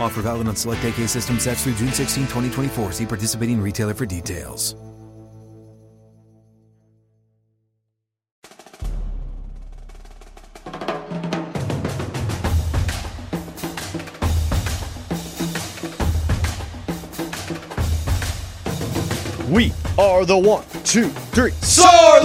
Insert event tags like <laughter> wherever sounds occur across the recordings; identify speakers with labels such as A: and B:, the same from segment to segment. A: Offer valid on select AK system sets through June 16, 2024. See participating retailer for details.
B: We are the one, two, three.
C: Sore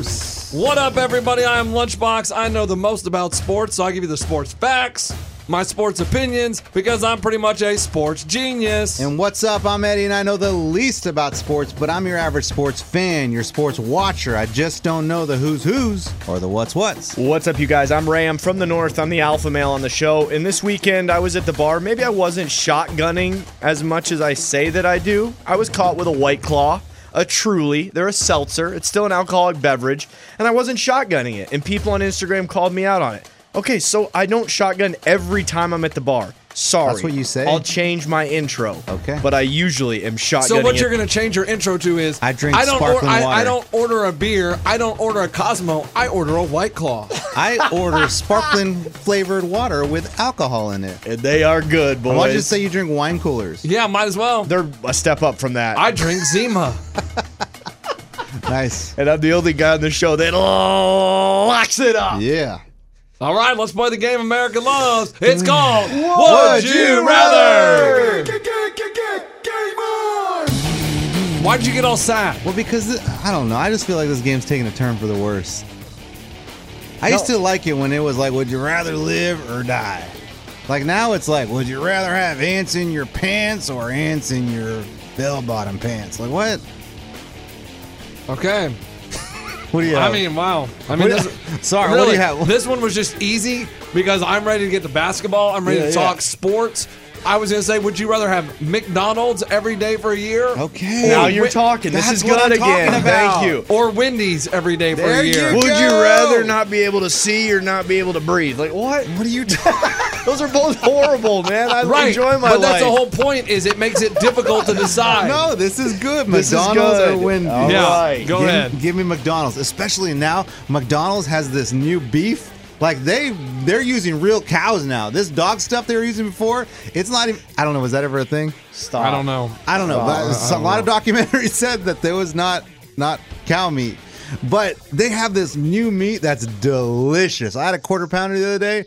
C: Losers! What up, everybody? I am Lunchbox. I know the most about sports, so I give you the sports facts, my sports opinions, because I'm pretty much a sports genius.
D: And what's up? I'm Eddie, and I know the least about sports, but I'm your average sports fan, your sports watcher. I just don't know the who's who's or the what's what's.
B: What's up, you guys? I'm Ray. I'm from the north. I'm the alpha male on the show. And this weekend, I was at the bar. Maybe I wasn't shotgunning as much as I say that I do. I was caught with a white claw, a truly. They're a seltzer. It's still an alcoholic beverage. And I wasn't shotgunning it. And people on Instagram called me out on it. Okay, so I don't shotgun every time I'm at the bar. Sorry.
D: That's what you say?
B: I'll change my intro.
D: Okay.
B: But I usually am shotgunning.
C: so what you're
B: it.
C: going to change your intro to is
D: I drink
C: don't
D: sparkling
C: I, I
D: water.
C: don't order a beer. I don't order a Cosmo. I order a White Claw.
D: I order sparkling flavored water with alcohol in it.
B: And they are good, boys.
D: Why don't you say you drink wine coolers?
C: yeah, might as well.
B: They're a step up from that.
C: I drink Zima.
D: Nice.
B: and I'm the only guy on the show that locks it up.
D: Yeah.
C: All right, let's play the game America loves. It's called
B: Would
C: Would You
B: You
C: Rather? Why'd you get all sad?
D: Well, because th- I don't know. I just feel like this game's taking a turn for the worse. I used
B: No.
D: to like it when it was like, would you rather live or die? Like now it's like, would you rather have ants in your pants or ants in your bell bottom pants? Like what?
C: Okay.
D: What do you
C: I
D: have?
C: mean, wow. I mean, this,
D: Sorry,
C: really,
D: what do you have?
C: this one was just easy because I'm ready to get to basketball. I'm ready
D: Yeah,
C: to
D: yeah.
C: talk sports. I was gonna say, would you rather have McDonald's every day for a year?
D: okay.
B: Now
C: Or
B: you're
C: Wen-
B: talking. This
D: That's
B: is
D: what
B: good
D: I'm
B: again.
D: talking about.
B: Thank you.
C: Or Wendy's every day for
D: There
C: a year.
D: you
B: Would you
D: Go!
B: rather not be able to see or not be able to breathe? Like what?
D: what are you talking?
B: Those are both horrible, man. I
C: Right.
B: enjoy my life.
C: but that's the whole point. Is it makes it difficult
D: <laughs>
C: to decide?
D: no, this is good.
B: This is
D: McDonald's
B: good.
D: or Wendy's.
B: All
C: Yeah.
B: right.
C: Go
D: give,
C: ahead.
D: Give me McDonald's, especially now. McDonald's has this new beef. Like they they're using real cows now. This dog stuff they were using before, it's not even. I don't know. Was that ever a thing?
B: Stop.
C: I don't know.
D: I don't know.
B: Uh,
D: but
B: I
D: a
B: don't
D: lot of documentaries <laughs> said that there was not not cow meat, but they have this new meat that's delicious. I had a quarter pounder the other day.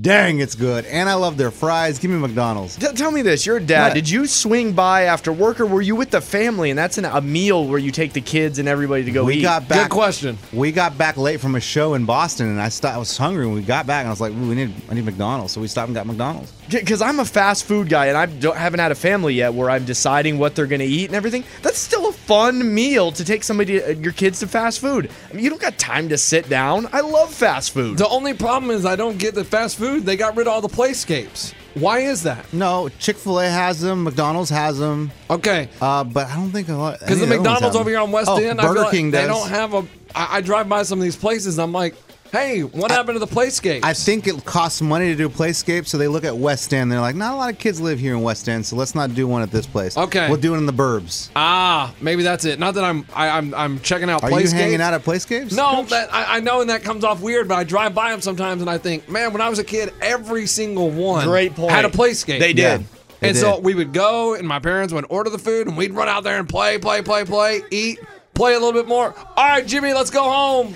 D: Dang, it's good. And I love their fries. Give me McDonald's.
B: T- tell me this: You're a dad.
D: What?
B: Did you swing by after work, or were you with the family? And that's an, a meal where you take the kids and everybody to go
D: We
B: eat.
D: got
C: Good
D: back.
C: question.
D: We got back late from a show in Boston, and I stopped, I was hungry. When we got back, and I was like, "Ooh, we need, I need McDonald's." So we stopped and got McDonald's.
B: because I'm a fast food guy and I don't, haven't had a family yet where I'm deciding what they're gonna eat and everything. That's still a fun meal to take somebody, uh, your kids, to fast food. I mean, you don't got time to sit down. I love fast food.
C: The only problem is I don't get the fast food. They got rid of all the playscapes. Why is that?
D: No, Chick Fil A has them. McDonald's has them.
C: Okay.
D: Uh, but I don't think a lot.
C: Because the McDonald's over here on West
D: oh,
C: End, I
D: Burger
C: feel like
D: King
C: they
D: does.
C: don't have a. I, I drive by some of these places. I'm like, Hey, what happened to the play skate?
D: I think it costs money to do Playscape, so they look at West End. They're like, not a lot of kids live here in West End, so let's not do one at this place.
C: Okay.
D: We'll do it in the burbs.
C: ah, maybe that's it. Not that I'm I, I'm I'm checking out
D: Are
C: play
D: you
C: skate.
D: hanging out at Playscapes?
C: No, that I, I know, and that comes off weird. But I drive by them sometimes, and I think, man, when I was a kid, every single one
B: Great point.
C: had a play skate.
B: They did.
D: Yeah. They
C: and so
D: did.
C: we would go, and my parents would order the food, and we'd run out there and play, play, play, play, eat, play a little bit more. All right, Jimmy, let's go home.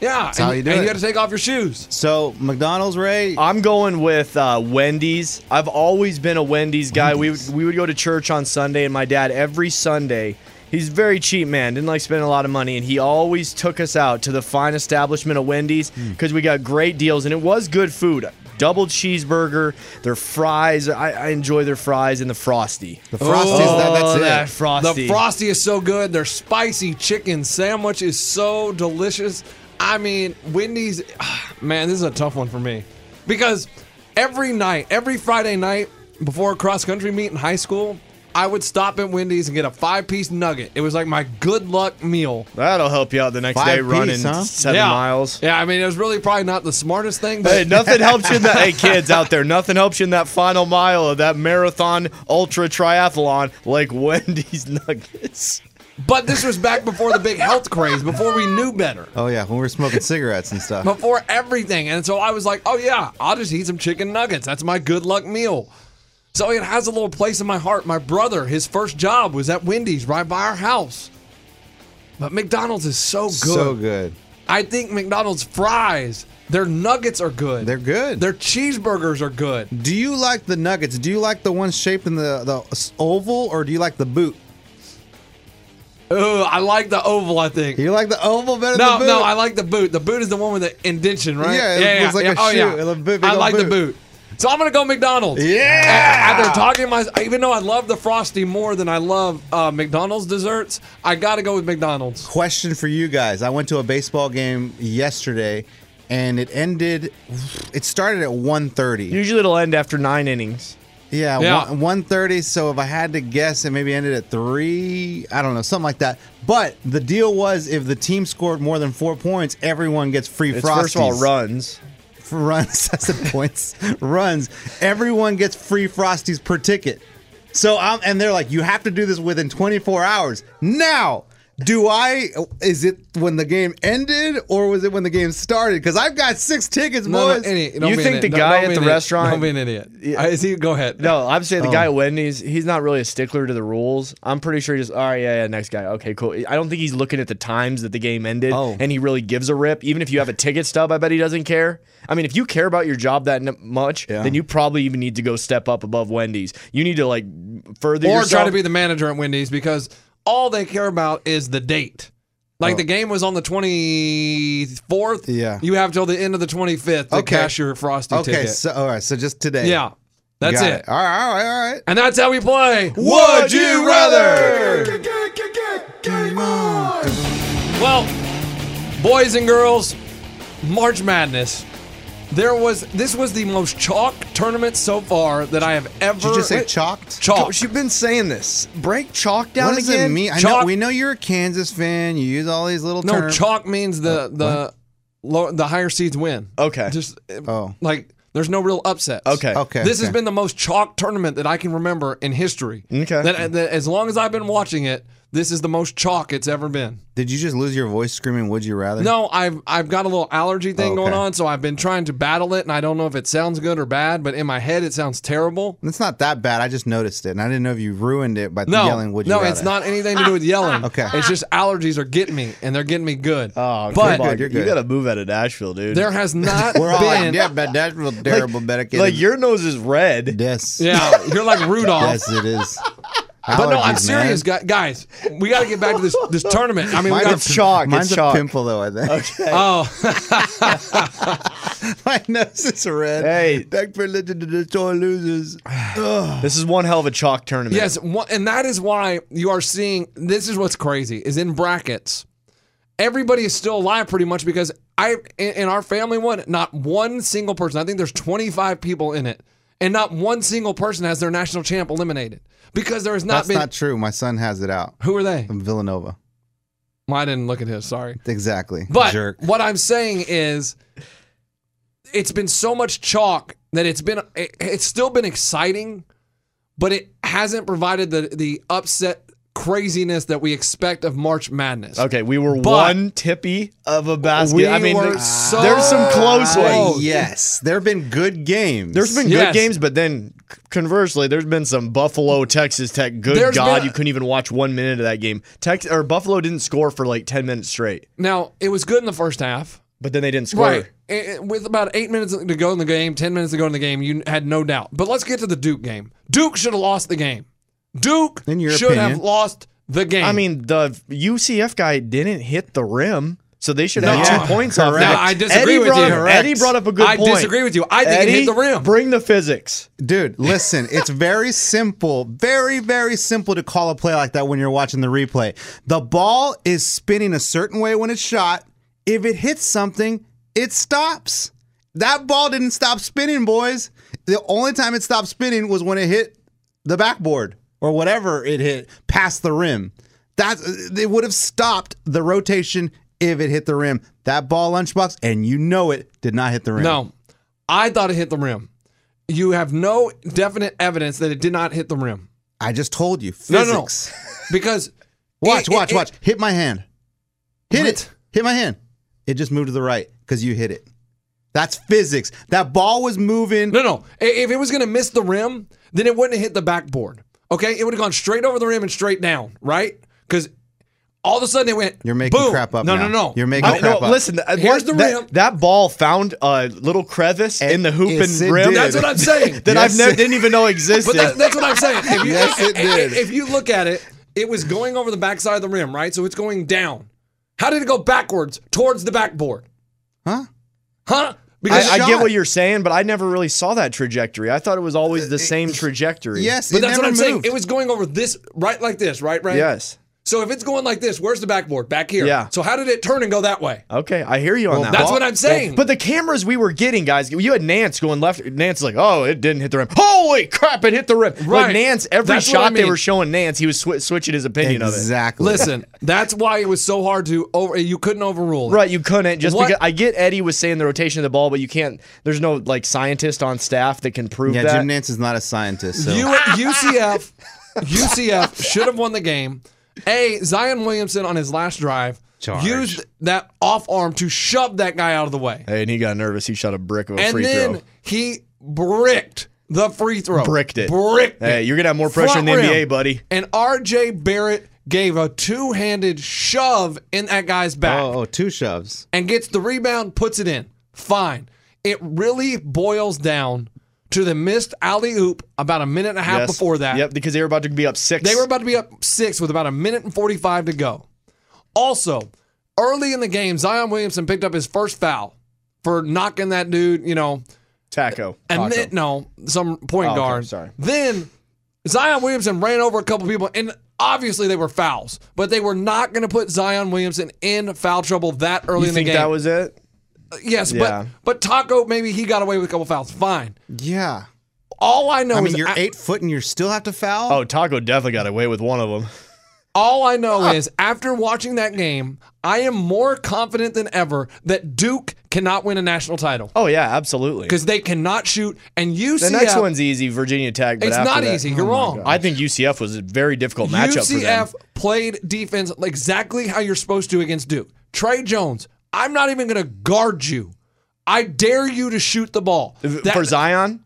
C: Yeah, and,
D: how you do
C: and
D: it.
C: you got to take off your shoes.
D: So McDonald's, Ray.
B: I'm going with uh, Wendy's. I've always been a Wendy's guy. We would, we would go to church on Sunday, and my dad every Sunday. He's a very cheap man. Didn't like spending a lot of money, and he always took us out to the fine establishment of Wendy's
D: Hmm.
B: because we got great deals, and it was good food. Double cheeseburger, their fries. I, I enjoy their fries and the frosty.
D: the Frosties. that, that's
B: oh,
D: it.
B: that frosty.
C: The frosty is so good. Their spicy chicken sandwich is so delicious. I mean, Wendy's, <sighs> man, this is a tough one for me because every night, every Friday night before a cross country meet in high school, I would stop at Wendy's and get a five piece nugget. It was like my good luck meal.
B: That'll help you out the next
D: Five
B: day running
D: piece, huh?
B: seven
C: yeah.
B: miles.
C: Yeah, I mean, it was really probably not the smartest thing, but
B: Hey, nothing helps you in that. Hey, kids out there, nothing helps you in that final mile of that marathon ultra triathlon like <laughs> Wendy's nuggets.
C: but this was back before the big health craze, before we knew better.
D: Oh yeah, when we were smoking cigarettes
C: <laughs>
D: and stuff.
C: before everything. And so I was like, oh yeah, I'll just eat some chicken nuggets. That's my good luck meal. So it has a little place in my heart. My brother, his first job was at Wendy's right by our house. But McDonald's is so good.
D: So good.
C: I think McDonald's fries, their nuggets are good.
D: They're good.
C: Their cheeseburgers are good.
D: do you like the nuggets? Do you like the ones shaped in the, the s- oval, or do you like the boot?
C: Ugh, I like the oval, I think.
D: Do you like the oval better
C: No,
D: than the boot?
C: no, I like the boot. The boot is the one with the indentation, right?
D: Yeah, it looks like a shoe, a little big, big
C: Oh, I
D: old
C: like the boot.
D: boot.
C: So I'm gonna go McDonald's.
D: Yeah!
C: A- After talking my, even though I love the frosty more than I love uh, McDonald's desserts, I gotta go with McDonald's.
D: question for you guys. I went to a baseball game yesterday and it ended it started at 1.30
B: Usually it'll end after nine innings.
D: yeah,
C: Yeah.
D: One, 1.30 so if i had to guess it maybe ended at 3 i don't know something like that but the deal was if the team scored more than four points everyone gets free
B: It's
D: frosties
B: first of all runs.
D: For runs i said points runs everyone gets free frosties per ticket so i'm and they're like you have to do this within 24 hours now do i is it when the game ended or was it when the game started because i've got six tickets boys
C: any- don't
B: you
C: be
B: think
C: an
B: the
C: idiot.
B: guy
C: don't
B: at
C: be
B: the
C: an idiot.
B: restaurant-
C: Don't be an idiot. I, is he, go ahead.
B: No, I'm saying the
D: Oh.
B: guy at Wendy's, he's not really a stickler to the rules. I'm pretty sure he just, all right, yeah, yeah, next guy. Okay, cool. I don't think he's looking at the times that the game ended
D: Oh.
B: and he really gives a rip. Even if you have a ticket stub, I bet he doesn't care. I mean, if you care about your job that n- much,
D: Yeah.
B: then you probably even need to go step up above Wendy's. You need to, like, further
C: or
B: yourself.
C: try to be the manager at Wendy's because all they care about is the date. Like
B: Oh.
C: the game was on the 24th.
D: Yeah.
C: You have till the end of the 25th to
D: Okay.
C: cash your frosty
D: okay
C: ticket.
D: so all right so just today
C: yeah. That's
D: Got
C: it.
D: all right all right all right
C: And that's how we play.
D: Would you rather?
C: Well, boys and girls, March Madness. There was this was the most chalk tournament so far that I have ever.
D: did you just say chalked
C: Chalk.
B: Coach, you've been saying this. Break chalk down
D: what does
B: again.
D: it mean? I know
C: Chalk.
D: we know you're a Kansas fan. You use all these little
C: No,
D: terms.
C: chalk means
D: Oh,
C: the the low, the higher seeds win.
B: Okay.
C: Just uh,
D: Oh.
C: like there's no real upsets.
B: Okay.
D: Okay.
C: This has
D: okay.
C: been the most chalk tournament that I can remember in history.
B: Okay.
C: That, that as long as I've been watching it, this is the most chalk it's ever been.
D: Did you just lose your voice screaming? Would you rather?
C: No, I've I've got a little allergy thing
D: Oh, Okay.
C: going on, so I've been trying to battle it, and I don't know if it sounds good or bad, but in my head it sounds terrible.
D: It's not that bad. I just noticed it, and I didn't know if you ruined it by
C: No,
D: yelling. Would you?
C: no,
D: rather.
C: it's not anything to do with yelling.
D: <laughs> Okay.
C: it's just allergies are getting me, and they're getting me good.
B: Oh,
C: but
B: come on.
D: You're
B: You
D: good.
B: got to move out of Nashville, dude.
C: there
D: <laughs>
C: has not
D: We're all like,
C: been.
D: yeah, but that's
C: <laughs>
D: real terrible. better get
B: like
D: it."
B: your nose is
D: <laughs>
B: red.
D: Yes.
C: Yeah, you're like Rudolph.
D: <laughs> Yes, it is.
C: <laughs> But no, I'm serious, gu- guys. We got to get back to this this tournament. I mean, we
D: Mine's
C: got
D: a,
B: chalk, it's
D: Mine's
B: chalk.
D: a pimple, though. I think
C: oh,
D: my nose is red.
B: <laughs> Hey.
D: <laughs> back for religion to destroy
B: <sighs>
D: losers.
B: This is one hell of a chalk tournament.
C: yes, one, and that is why you are seeing. This is what's crazy is in brackets. Everybody is still alive, pretty much, because I in, in our family one, not one single person. I think there's 25 people in it, and not one single person has their national champ eliminated because there has not
D: That's
C: been.
D: not true. My son has it out.
C: who are they?
D: From Villanova.
C: Well, I didn't look at his. Sorry.
D: Exactly.
C: But
D: Jerk.
C: what I'm saying is, it's been so much chalk that it's been it, it's still been exciting, but it hasn't provided the the upset craziness that we expect of March Madness.
B: Okay, we were
C: But-
B: one tippy of a basket.
C: We
B: I mean,
C: were
B: there-
C: so
B: there's some close
C: close.
B: ones.
D: yes, there have been good games.
B: There's been
C: Yes.
B: good games, but then c- conversely, there's been some Buffalo Texas Tech. Good
C: There's
B: God,
C: been-
B: you couldn't even watch one minute of that game. Tex or Buffalo didn't score for like ten minutes straight,
C: Now it was good in the first half,
B: but then they didn't score.
C: right? Eh, eh, With about eight minutes to go in the game, ten minutes to go in the game, you had no doubt. But let's get to the Duke game. Duke should have lost the game. Duke
D: In your
C: should have
D: opinion.
C: lost the game.
B: I mean, the UCF guy didn't hit the rim, so they should have
C: No.
B: two points off
C: No,
B: that.
C: I disagree
B: Eddie
C: with
B: brought
C: you.
B: up-
C: Correct.
B: Eddie brought up a good
C: I
B: point.
C: disagree with you. I think it hit
B: Eddie,
C: the rim.
B: Bring the physics.
D: Dude, listen,
C: <laughs>
D: it's very simple, very, very simple to call a play like that when you're watching the replay. The ball is spinning a certain way when it's shot. If it hits something, it stops. That ball didn't stop spinning, boys. The only time it stopped spinning was when it hit the backboard or whatever it hit past the rim. That it would have stopped the rotation if it hit the rim. That ball lunchbox, and you know it, did not hit the rim.
C: No, I thought it hit the rim. You have no definite evidence that it did not hit the rim.
D: I just told you.
C: No, no, no.
D: Physics.
C: Because
D: Watch,
C: it-
D: watch,
C: it-
D: watch. Hit my hand. Hit
C: What?
D: it. Hit my hand. It just moved to the right because you hit it. That's physics. That ball was moving.
C: No, no. I- If it was going to miss the rim, then it wouldn't have hit the backboard. Okay, it would have gone straight over the rim and straight down, right? Because all of a sudden it went.
D: You're making
C: boom.
D: crap up
C: No,
D: now.
C: no, no.
D: You're making
B: I-
D: Go crap
B: no,
D: up.
B: listen. th-
C: Here's
B: that-
C: the rim.
B: That, that ball found a little crevice in the hoop
D: yes,
B: and
D: it
B: rim.
D: did.
C: That's what I'm saying.
B: that I've
D: Yes,
B: never
D: it-
B: didn't even
C: <laughs>
B: know
C: But
B: existed.
C: that, that's what I'm saying. If you,
D: Yes, it
C: i- i-
D: did.
C: If you look at it, it was going over the backside of the rim, right? So it's going down. How did it go backwards towards the backboard?
D: Huh?
C: Huh? Because
B: I, I get
D: shot.
B: what you're saying, but I never really saw that trajectory. I thought it was always the same trajectory.
D: Yes,
C: But
D: it
C: that's
D: never
C: what I'm saying.
D: moved.
C: It was going over this, right like this, right, right.
B: Yes.
C: So if it's going like this, where's the backboard? Back here.
B: Yeah.
C: So how did it turn and go that way?
B: Okay, I hear you on that.
C: That's what I'm saying.
B: But the cameras we were getting, guys, you had Nance going left. Nance like, oh, it didn't hit the rim. Holy crap, it hit the rim.
C: Right.
B: Like Nance, every
C: That's what
B: shot
C: I
B: they
C: mean.
B: were showing Nance, he was swi switching his opinion of
D: Exactly.
C: Listen, that's why it was so hard to over. You couldn't overrule.
B: it.
C: It.
B: Right, you couldn't just
C: What-
B: because I get Eddie was saying the rotation of the ball, but you can't. There's no like scientist on staff that can prove
D: Yeah,
B: that.
D: Jim Nance is not a scientist. So.
C: You,
B: <laughs>
C: UCF, UCF should have won the game. A Zion Williamson on his last drive used that off arm to shove that guy out of the way,
B: Hey, and he got nervous. He shot a brick of a
C: and
B: free
C: then
B: throw.
C: he bricked the free throw.
B: Bricked it.
C: Bricked
B: Hey,
C: it.
B: you're gonna have more pressure
C: Front
B: in the
C: rim.
B: NBA, buddy.
C: And R.J. Barrett gave a two-handed shove in that guy's back.
D: oh, oh, two shoves.
C: and gets the rebound, puts it in. Fine. It really boils down to the missed alley oop about a minute and a half
B: Yes.
C: before that.
B: Yep, because they were about to be up six.
C: They were about to be up six with about a minute and 45 to go. Also, early in the game, Zion Williamson picked up his first foul for knocking that dude, you know,
B: taco.
C: and
B: Taco.
C: then, no, some point
B: Oh, okay,
C: guard.
B: sorry.
C: Then Zion Williamson ran over a couple people, and obviously they were fouls, but they were not going to put Zion Williamson in foul trouble that early
B: you
C: in
B: think
C: the game.
B: that was it?
C: Yes,
B: Yeah.
C: but but Taco maybe he got away with a couple fouls. Fine.
D: Yeah.
C: All I know
D: I
C: is
D: mean, you're
C: I-
D: eight foot and you still have to foul.
B: Oh, Taco definitely got away with one of them.
C: all I know is after watching that game, I am more confident than ever that Duke cannot win a national title
B: Oh yeah, absolutely.
C: because they cannot shoot. And UCF,
B: The next one's easy, Virginia Tech. But
C: it's
B: after
C: not
B: that-
C: easy. You're wrong.
B: I think UCF was a very difficult matchup for them.
C: UCF played defense exactly how you're supposed to against Duke. Trey Jones, I'm not even going to guard you. I dare you to shoot the ball. That-
B: for Zion,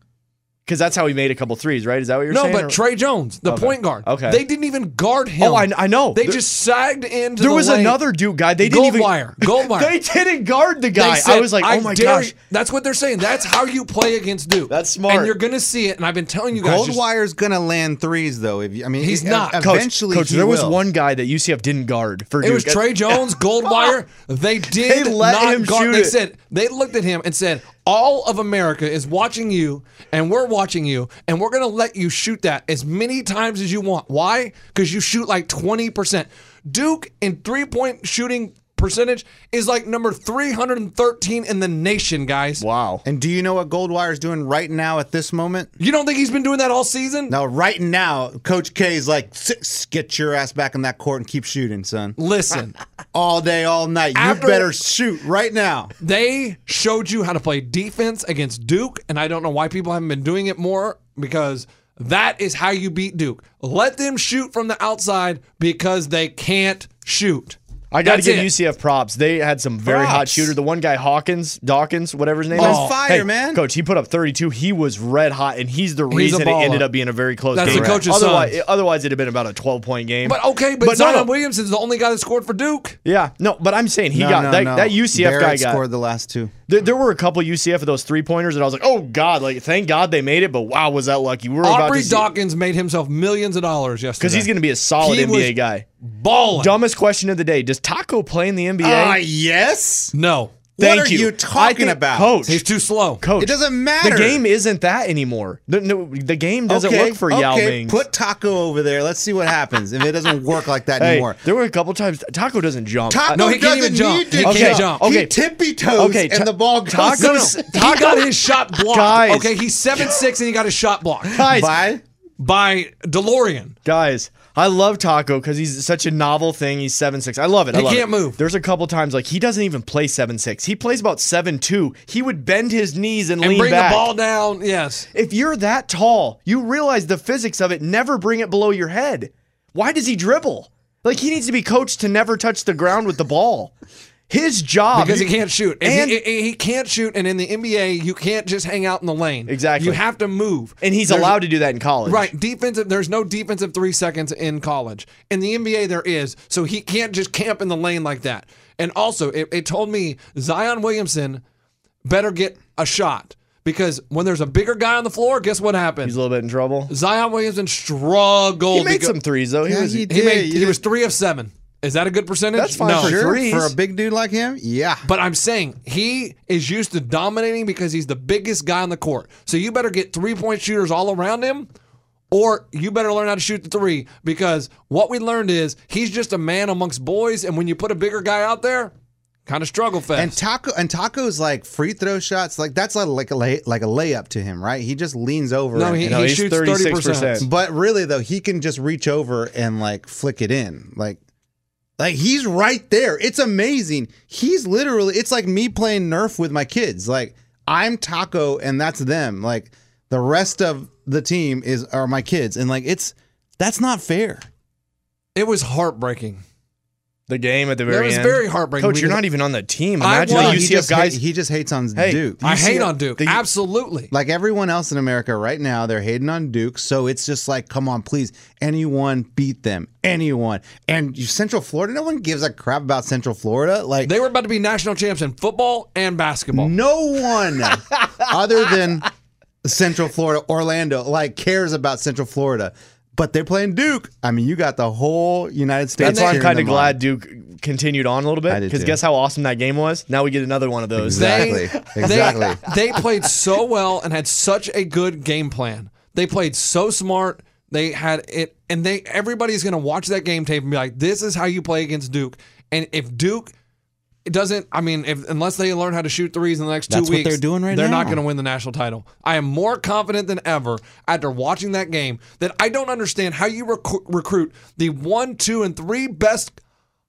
B: because that's how he made a couple threes, right? Is that what you're
C: No,
B: saying?
C: but
B: Or-
C: Trey Jones, the point guard.
B: Okay.
C: They didn't even guard him.
B: Oh, I kn- I know.
C: They
B: There-
C: just sagged into
B: there
C: the
B: was
C: lane.
B: another Duke guy. They didn't
C: Gold
B: even
C: wire.
B: <laughs>
C: Gold wire.
B: They didn't guard the
C: They
B: guy. I
C: said,
B: was like, oh my
C: dare
B: gosh.
C: you." That's what they're saying. That's how you play against Duke.
B: That's smart.
C: And you're going to see it. And I've been telling you guys. just-
D: Goldwire's gonna land threes though. If you, I mean,
C: He's
D: e-
C: not. Coach-
B: Coach,
D: Eventually,
B: coach,
D: he
B: there was
D: will.
B: one guy that UCF didn't guard for
C: It was
B: Duke. <laughs>
C: Trey Jones, Goldwire. They did
B: They let
C: not
B: him
C: guard.
B: shoot
C: they
B: it.
C: said they looked at him and said, "All of America is watching you, and we're watching you, and we're going to let you shoot that as many times as you want. Why? Because you shoot like twenty percent. Duke in three point shooting percentage is like number 313 in the nation, guys.
B: Wow.
D: And do you know what Goldwire's doing right now at this moment?
C: You don't think he's been doing that all season?
D: Now, right now, Coach K is like, "Six, get your ass back on that court and keep shooting, son.
C: Listen,
D: All day, all night. You
C: After-
D: better shoot right now.
C: they showed you how to play defense against Duke, and I don't know why people haven't been doing it more because that is how you beat Duke. Let them shoot from the outside because they can't shoot.
B: I got to
C: That's
B: give
C: it.
B: UCF props. They had some very hot
C: Props. Oh,
B: shooter. The one guy, Hawkins, Dawkins, whatever his name
D: On
B: is.
D: fire, man.
B: Coach, he put up 32. He was red hot, and he's the
C: He's a
B: reason it
C: baller.
B: ended up being a very close
C: That's the
B: game.
C: coach's
B: otherwise,
C: son.
B: otherwise, it'd have been about a 12 point game.
C: But okay, but,
B: But no,
C: Zion
B: no.
C: Williamson's the only guy that scored for Duke.
B: yeah, no, but I'm saying he got that, that UCF guy
D: Barrett
B: got.
D: scored the last two.
B: There, there were a couple UCF of those three pointers, and I was like, "Oh God! Like, thank God they made it." But wow, was that lucky? We were about
C: Aubrey
B: to
C: Dawkins made himself millions of dollars yesterday.
B: because he's going to be a solid
C: He was
B: NBA guy.
C: balling.
B: Dumbest question of the day: Does Taco play in the NBA?
D: Ah, yes.
C: No,
B: Thank
D: what are you
B: I
D: talking
B: think-
D: about?
B: Coach?
C: he's too slow.
B: coach,
D: It doesn't matter.
B: The game isn't that anymore. The, no, the game doesn't
D: okay,
B: work for
D: okay,
B: Yao Ming.
D: Put Taco over there. Let's see what happens if it doesn't work like that
B: hey,
D: anymore.
B: there were a couple times Taco doesn't jump.
D: Taco
C: No, he can't
D: doesn't
C: even jump.
D: need to
C: He
D: jump.
C: can't jump.
D: He
B: Okay.
D: tippy toes
B: Okay,
D: and
B: Ta-
D: the ball goes.
B: Taco-
C: No, no,
B: Guys.
C: <laughs> he got his shot blocked.
B: Guys.
C: Okay, he's seven six and he got his shot blocked
B: guys,
D: Bye.
C: by DeLorean.
B: guys, I love Taco because he's such a novel thing. He's seven six. I love it. I
C: He
B: love
C: can't
B: it.
C: move.
B: There's a couple times like he doesn't even play seven six. He plays about seven two. He would bend his knees and,
C: And
B: lean
C: bring
B: back.
C: the ball down. Yes.
B: If you're that tall, you realize the physics of it. Never bring it below your head. Why does he dribble? Like he needs to be coached to never touch the ground with the ball. His job
C: Because he can't shoot. And,
B: Oh, and
C: he, he- he can't shoot. And in the NBA, you can't just hang out in the lane.
B: Exactly.
C: You have to move.
B: and he's
C: There's-
B: allowed to do that in college.
C: Right. Defensive. There's no defensive three seconds in college. In the NBA, there is. So he can't just camp in the lane like that. And also, it, it told me Zion Williamson better get a shot because when there's a bigger guy on the floor, guess what happens?
B: He's a little bit in trouble.
C: Zion Williamson struggled.
B: He made
C: because-
B: some threes though. He
D: Yeah,
B: was-
D: he
C: He,
D: did.
C: made,
D: You
C: he was
D: did-
C: three of seven. Is that a good percentage?
B: That's fine
C: no.
B: for
D: Sure,
B: threes.
D: for a big dude like him, yeah.
C: But I'm saying he is used to dominating because he's the biggest guy on the court. So you better get three point shooters all around him, or you better learn how to shoot the three because what we learned is he's just a man amongst boys. And when you put a bigger guy out there, kind of struggle fast.
D: And taco and tacos like free throw shots, like that's like like a lay, like a layup to him, right? He just leans over.
C: no,
D: and-
C: he,
D: and-
B: No,
C: he
B: he's
C: shoots
B: 36%.
C: 30%.
D: but really though, he can just reach over and like flick it in, like like he's right there. It's amazing. He's literally. It's like me playing Nerf with my kids. Like I'm Taco and that's them. Like the rest of the team is are my kids, and like it's that's not fair.
C: It was heartbreaking.
B: the game at the
C: That
B: very
C: was
B: end.
C: very heartbreaking.
B: Coach,
C: We
B: you're
C: did-
B: not even on the team.
C: I
B: Imagine
C: was.
B: the
C: No,
D: he
B: UCF
D: just
B: guys.
D: hate, he just hates on
B: Hey,
D: Duke.
C: I
B: UCF
C: hate on Duke.
B: the-
C: Absolutely.
D: uh, Like everyone else in America right now, they're hating on Duke. So it's just like, come on, please. Anyone beat them. Anyone. And you- Central Florida, no one gives a crap about Central Florida. Like,
C: They were about to be national champs in football and basketball.
D: no one other than Central Florida, Orlando, like cares about Central Florida. But they're playing Duke. I mean, you got the whole United States.
B: That's why I'm
D: cheering
B: kind of
D: them on.
B: glad Duke continued on a little
D: I
B: bit
D: did
B: because
D: too.
B: guess how awesome that game was. Now we get another one of those.
D: Exactly.
C: They-
D: exactly.
C: <laughs> They, they played so well and had such a good game plan. They played so smart. They had it, and they everybody's going to watch that game tape and be like, "This is how you play against Duke." And if Duke doesn't, I mean, if unless they learn how to shoot threes in the next
D: That's
C: two
D: what
C: weeks,
D: they're doing right
C: They're not
D: now.
C: going to win the national title. I am more confident than ever after watching that game that I don't understand how you recru- recruit the one, two, and three best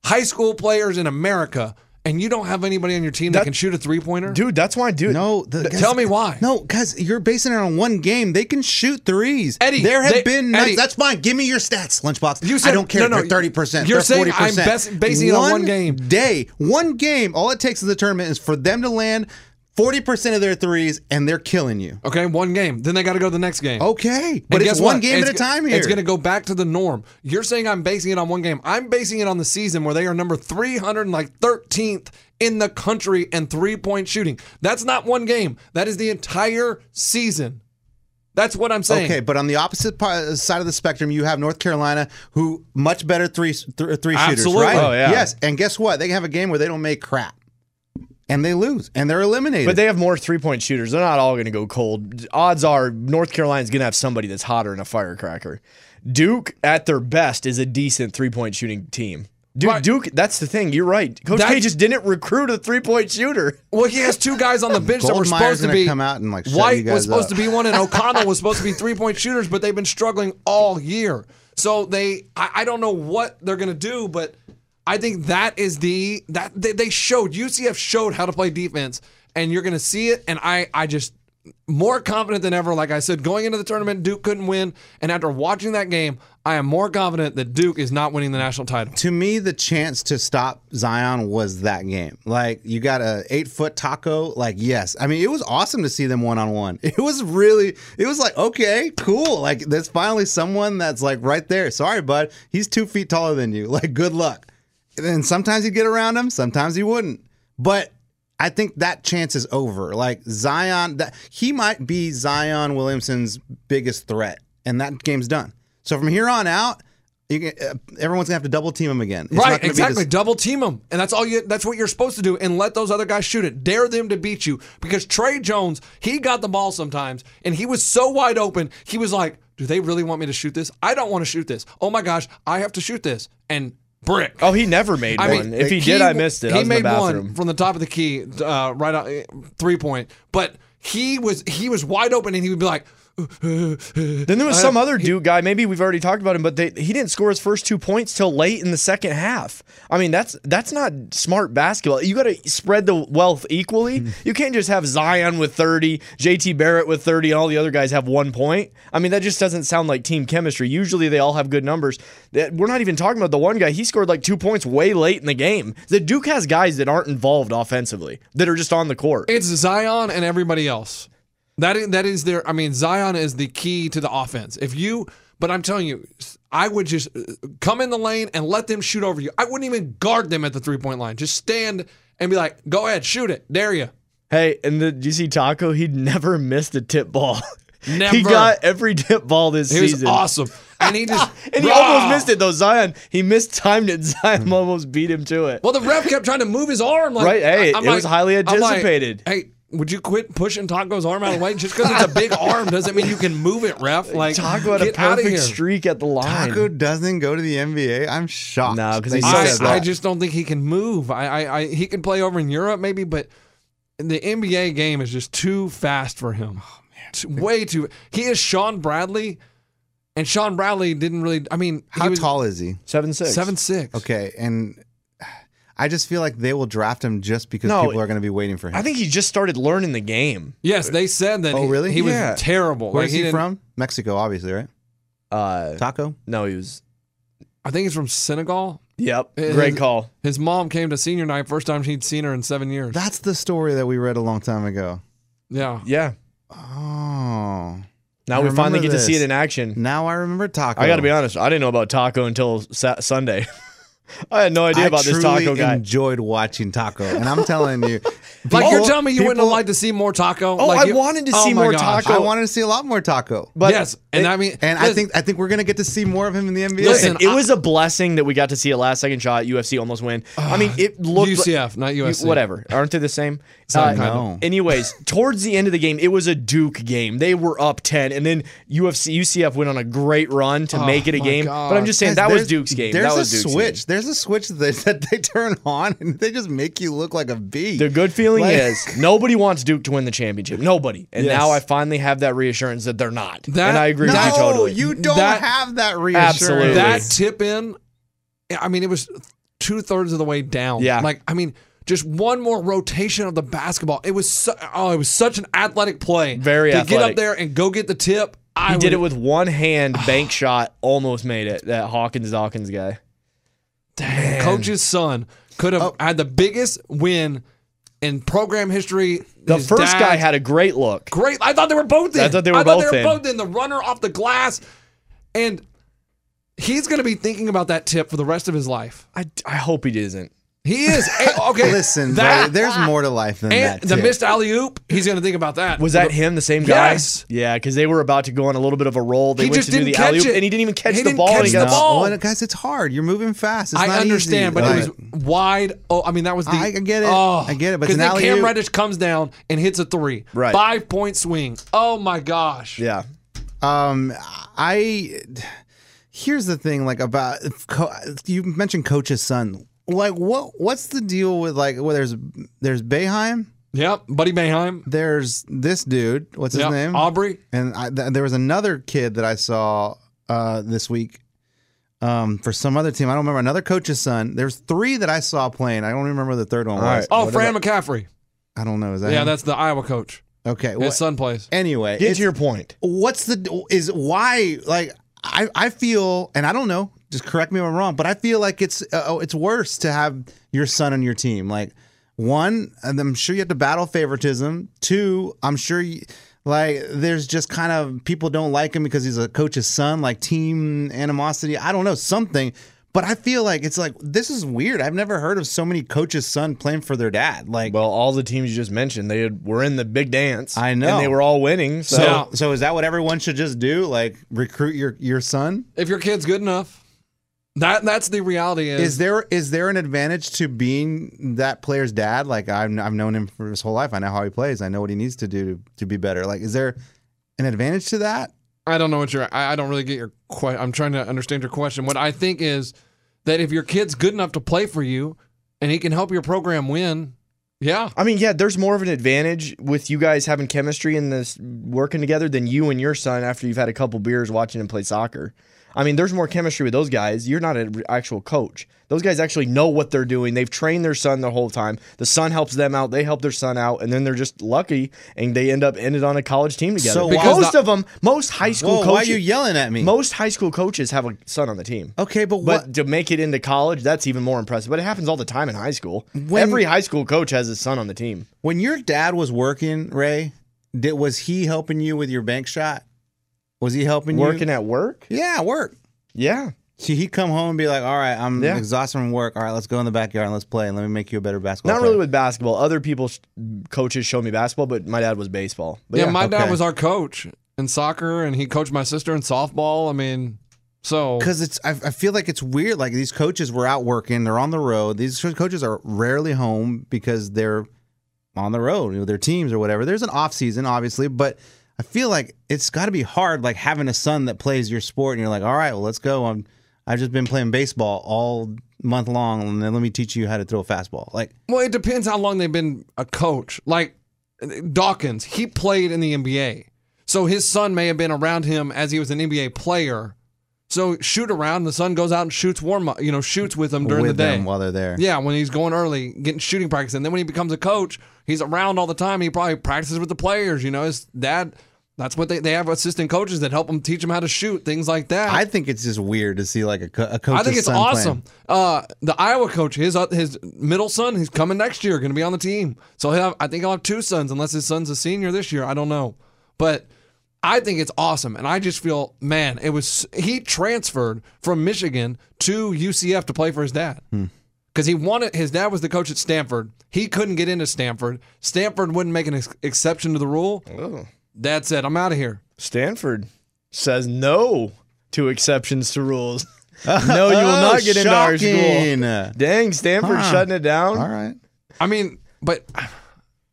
C: high school players in America, and you don't have anybody on your team that,
B: That-
C: can shoot a three pointer.
B: Dude, that's why I do it.
D: No, the, guys-
C: tell me why.
D: No, because you're basing it on one game. They can shoot threes.
C: Eddie,
D: there have
C: they-
D: been nights.
C: Eddie-
D: that's fine. Give me your stats, lunchbox.
C: You said-
D: I don't care.
C: no, no,
D: if they're thirty percent.
C: you're
D: they're
C: saying
D: 40%.
C: I'm bas- basing it on one game.
D: day, one game. All it takes in the tournament is for them to land forty percent of their threes, and they're killing you.
C: Okay, one game. Then they got to go to the next game.
D: Okay,
C: And
D: but
C: guess
D: it's one
C: what?
D: game
C: It's
D: at a
C: go-
D: time here.
C: It's going to go back to the norm. You're saying I'm basing it on one game. I'm basing it on the season where they are number 300 and like 13th in the country in three-point shooting. That's not one game. That is the entire season. That's what I'm saying.
D: Okay, but on the opposite part, side of the spectrum, you have North Carolina, who much better three th- three shooters,
C: Absolutely.
D: right?
B: Oh, yeah.
D: Yes, and guess what? They have a game where they don't make crap, and they lose, and they're eliminated.
B: But they have more three point shooters. They're not all going to go cold. Odds are North Carolina's going to have somebody that's hotter than a firecracker. Duke, at their best, is a decent three point shooting team. Dude,
C: Right.
B: Duke, that's the thing. You're right. Coach
C: That-
B: K just didn't recruit a three point shooter.
C: Well, he has two guys
D: <laughs>
C: on the bench that were
D: Goldmeyer's
C: supposed to
D: gonna
C: be
D: come out and, like, shut you
C: White
D: guys
C: was supposed to
D: up.
C: be one,
D: <laughs>
C: and O'Connell was supposed to be three point shooters, but they've been struggling all year. So they, I, I don't know what they're gonna do, but I think that is the that they, they showed UCF showed how to play defense, and you're gonna see it. And I, I just more confident than ever. Like I said, going into the tournament, Duke couldn't win, and after watching that game, I am more confident that Duke is not winning the national title.
D: to me, the chance to stop Zion was that game. Like you got a eight foot taco. Like yes, I mean it was awesome to see them one on one. <laughs> It was really, it was like okay, cool. Like there's finally someone that's like right there. Sorry, bud, he's two feet taller than you. Like good luck. And sometimes he'd get around him, sometimes he wouldn't. But I think that chance is over. Like Zion, that he might be Zion Williamson's biggest threat, and that game's done. So from here on out, you can, uh, everyone's gonna have to double team him again. It's not
C: right,
D: gonna be
C: exactly.
D: this-
C: Double team them, and that's all you. That's what you're supposed to do, and let those other guys shoot it. Dare them to beat you because Trey Jones, he got the ball sometimes, and he was so wide open. He was like, "Do they really want me to shoot this? I don't want to shoot this. Oh my gosh, I have to shoot this." And brick.
B: Oh, he never made
C: I
B: one.
C: mean,
B: if he, did, I missed it.
C: He
B: I was
C: made
B: in the bathroom.
C: one from the top of the key, uh, right out eh, three point, but. He was he was wide open and he would be like,
B: Then there was some other Duke guy. Maybe we've already talked about him, but they, he didn't score his first two points till late in the second half. I mean, that's that's not smart basketball. You got to spread the wealth equally. you can't just have Zion with thirty, JT Barrett with thirty, and all the other guys have one point. I mean, that just doesn't sound like team chemistry. Usually, they all have good numbers. That- We're not even talking about the one guy. He scored like two points way late in the game. The Duke has guys that aren't involved offensively that are just on the court.
C: It's Zion and everybody else. That is, that is their. I mean, Zion is the key to the offense. If you, but I'm telling you, I would just uh, come in the lane and let them shoot over you. I wouldn't even guard them at the three point line. Just stand and be like, "Go ahead, shoot it, dare you."
B: Hey, and the, did you see Taco? He never missed a tip ball. <laughs> He
C: Never.
B: got every tip ball this
C: He was
B: season.
C: awesome, and he just
B: <laughs> And he almost missed it though. Zion, he mistimed it. Zion almost beat him to it.
C: Well, the ref kept trying to move his arm. Like,
B: Right, hey,
C: I'm
B: it was highly
C: I'm like,
B: anticipated.
C: hey, would you quit pushing Taco's arm out of the way? Just because it's
B: <laughs>
C: a big arm doesn't mean you can move it, ref. Like,
B: Taco had a
C: get out of
B: perfect
C: here.
B: streak at the line.
D: Taco doesn't go to the NBA. I'm shocked.
B: No, 'cause
D: that
B: he's
D: you
B: so
C: I,
D: said
B: slow.
D: that.
C: I just don't think he can move. I, I, I he can play over in Europe maybe, but the NBA game is just too fast for him.
D: Oh,
C: It's Way too. He is Sean Bradley, and Sean Bradley didn't really. I mean, he
D: How
C: was
D: tall is he?
B: Seven six.
C: Seven six.
D: Okay, and I just feel like they will draft him just because
B: No,
D: people are gonna be waiting for him.
B: I think he just started learning the game.
C: Yes, they said that.
D: Oh,
C: he,
D: really?
C: He
B: Yeah.
C: was terrible.
D: Where's
C: Like, he
D: he
C: didn't-
D: from? Mexico, obviously, right?
B: Uh,
D: Taco.
B: no, he was.
C: I think he's from Senegal.
B: Yep.
C: It-
B: Great
C: it-
B: call.
C: His mom came to senior night, first time she'd seen her in seven years.
D: That's the story that we read a long time ago.
C: yeah.
B: Yeah.
D: Oh.
B: Now
D: I
B: we finally get
D: remember
B: to see it
D: this.
B: in action.
D: Now I remember Taco.
B: I got to be honest. I didn't know about Taco until sa- Sunday. <laughs> I had no idea
D: I
B: about this
D: truly
B: Taco guy.
D: enjoyed watching Taco, and I'm telling <laughs> you,
C: Like
D: people-
C: you're telling me you wouldn't have
D: people-
C: liked to see more Taco.
B: Oh,
C: like,
B: I
C: you-
B: wanted to
C: Oh
B: see
C: my
B: more
C: gosh.
B: Taco.
D: I wanted to see a lot more Taco, but
C: yes, and I mean,
D: and I
C: listen,
D: think I think we're gonna get to see more of him in the NBA.
B: Listen,
C: Listen,
B: it
C: I-
B: was a blessing that we got to see a last second shot. UFC almost win. I mean, it looked like-
C: UCF, not
B: You-
C: USC.
B: Whatever. Aren't they the same? Uh,
C: Same,
D: kind of.
B: Anyways, towards the end of the game, it was a Duke game. They were up ten, and then UFC UCF went on a great run to
C: Oh,
B: make it a
C: my
B: game. But I'm
C: God.
B: just saying
D: Guys,
B: that was
D: there's-
B: Duke's game.
D: There's
B: That
D: a
B: was Duke's
D: switch.
B: game.
D: There's a switch that, <laughs> that they turn on, and they just make you look like a bee.
B: The good feeling
D: Like-
B: is nobody wants Duke to win the championship. Nobody. And
C: Yes.
B: now I finally have that reassurance that they're not.
C: That-
B: and I agree
D: no,
B: with you totally.
D: you don't
C: That-
D: have that reassurance.
B: Absolutely.
C: that tip in, I mean, it was two thirds of the way down.
B: Yeah.
C: Like, I mean, just one more rotation of the basketball. It was su- oh, it was such an athletic play.
B: Very
C: to get
B: athletic.
C: up there and go get the tip. I
B: he did
C: would-
B: it with one hand, bank shot, almost made it. That Hawkins Dawkins guy.
C: coach's son could
B: Oh.
C: have had the biggest win in program history.
B: The
C: His
B: first
C: dad-
B: guy had a great look.
C: great. I thought they were both in.
B: I thought they were both in.
C: The runner off the glass, and he's going to be thinking about that tip for the rest of his life.
B: I, I hope he isn't.
C: He is Eh, okay.
D: <laughs> Listen,
C: that
D: buddy, there's more to life than
C: and
D: that.
C: the
D: tip.
C: missed alley oop. He's going to think about that.
B: Was that him, the same guy?
C: Yes.
B: Yeah, because they were about to go on a little bit of a roll. They
C: He
B: went to
C: just
B: do
C: didn't
B: the
C: catch
B: alley
C: it.
B: and he didn't even catch
C: He
B: the
C: didn't
B: ball. and
C: catch
B: he
C: the
B: got
C: ball.
D: Oh, and guys, it's hard. You're moving fast. It's
C: I
D: not
C: understand,
D: easy.
C: but it
D: Like-
C: was wide. Oh, I mean that was the.
D: I get it.
C: Oh,
D: I get it, but
C: because
D: it's an
C: then Cam
D: alley-oop.
C: Reddish comes down and hits a three.
B: Right.
C: Five point swing. Oh my gosh.
B: Yeah.
D: Um, I here's the thing like about co- you mentioned coach's son like what what's the deal with like well there's there's Bayheim
C: Yep, Buddy Bayheim.
D: there's this dude what's his
C: Yep,
D: name
C: Aubrey.
D: and I, th- there was another kid that I saw uh, this week um, for some other team I don't remember another coach's son there's three that I saw playing I don't remember the third one
E: All
D: was
E: right.
C: Oh,
E: What
C: Fran McCaffrey.
D: I don't know is that
C: Yeah,
D: him?
C: that's the Iowa coach.
D: okay
C: His
D: well,
C: son plays.
D: anyway
B: Get
D: it's-
B: to your point.
D: what's the is why like I I feel and I don't know just correct me if I'm wrong but I feel like it's uh, oh, it's worse to have your son on your team like one and I'm sure you have to battle favoritism two I'm sure you, like there's just kind of people don't like him because he's a coach's son like team animosity I don't know something but I feel like it's like this is weird I've never heard of so many coaches son playing for their dad like
B: Well, all the teams you just mentioned, they had, were in the big dance.
D: I know.
B: and they were all winning. So,
D: so,
C: Yeah.
D: so is that what everyone should just do like recruit your your son
C: If your kid's good enough, that that's the reality. Is,
D: Is there is there an advantage to being that player's dad? Like I've I've known him for his whole life. I know how he plays. I know what he needs to do to, to be better. Like is there an advantage to that?
C: I don't know what your I, I don't really get your question. I'm trying to understand your question. What I think is that if your kid's good enough to play for you and he can help your program win, yeah,
B: I mean, yeah, there's more of an advantage with you guys having chemistry and this working together than you and your son after you've had a couple beers watching him play soccer. I mean, there's more chemistry with those guys. You're not an actual coach. Those guys actually know what they're doing. They've trained their son the whole time. The son helps them out. They help their son out, and then they're just lucky and they end up ended on a college team together.
D: So
C: Because
B: most
C: the-
B: of them, most high school
D: Whoa,
B: coaches,
D: why are you yelling at me?
B: most high school coaches have a son on the team.
D: okay, but what?
B: But to make it into college, that's even more impressive. But it happens all the time in high school.
D: When-
B: Every high school coach has his son on the team.
D: when your dad was working, Ray, did was he helping you with your bank shot? Was he helping
B: Working
D: you?
B: at work?
D: yeah, work.
B: Yeah.
D: So he'd come home and be like, "All right, I'm
B: Yeah.
D: exhausted from work. All right, let's go in the backyard and let's play. And let me make you a better basketball."
B: Not really
D: player."
B: with basketball. Other people, sh- coaches showed me basketball, but my dad was baseball. But
C: yeah, my dad
D: okay.
C: was our coach in soccer, and he coached my sister in softball. I mean, so
D: because it's I, I feel like it's weird like these coaches were out working they're on the road these co- coaches are rarely home because they're on the road you know, their teams or whatever there's an off season obviously but i feel like it's got to be hard like having a son that plays your sport and you're like all right well let's go i'm i've just been playing baseball all month long and then let me teach you how to throw a fastball like
C: well, it depends how long they've been a coach. Like Dawkins, he played in the NBA, so his son may have been around him as he was an NBA player. So shoot around, the son goes out and shoots warm up, you know, shoots with him during
D: with
C: the day.
D: them while they're there
C: Yeah, when he's going early, getting shooting practice, and then when he becomes a coach, he's around all the time. He probably practices with the players. You know, his dad. That's what they they have assistant coaches that help him teach him how to shoot things like that.
D: i think it's just weird to see like a, co- a coach
C: I think it's
D: <laughs>
C: awesome. Uh, the Iowa coach, his uh, his middle son, he's coming next year, going to be on the team. So he'll have, I think he'll have two sons, unless his son's a senior this year. I don't know, but I think it's awesome, and I just feel, man, it was he transferred from Michigan to UCF to play for his dad.
B: Hmm.
C: Because he wanted his dad was the coach at Stanford. He couldn't get into Stanford. Stanford wouldn't make an ex- exception to the rule. That's it. I'm out of here.
B: Stanford says no to exceptions to rules. <laughs> no, you will
C: Oh,
B: not get into our school.
C: <laughs>
B: Dang, Stanford
D: Huh.
B: shutting it down.
D: all right
C: I mean, but I,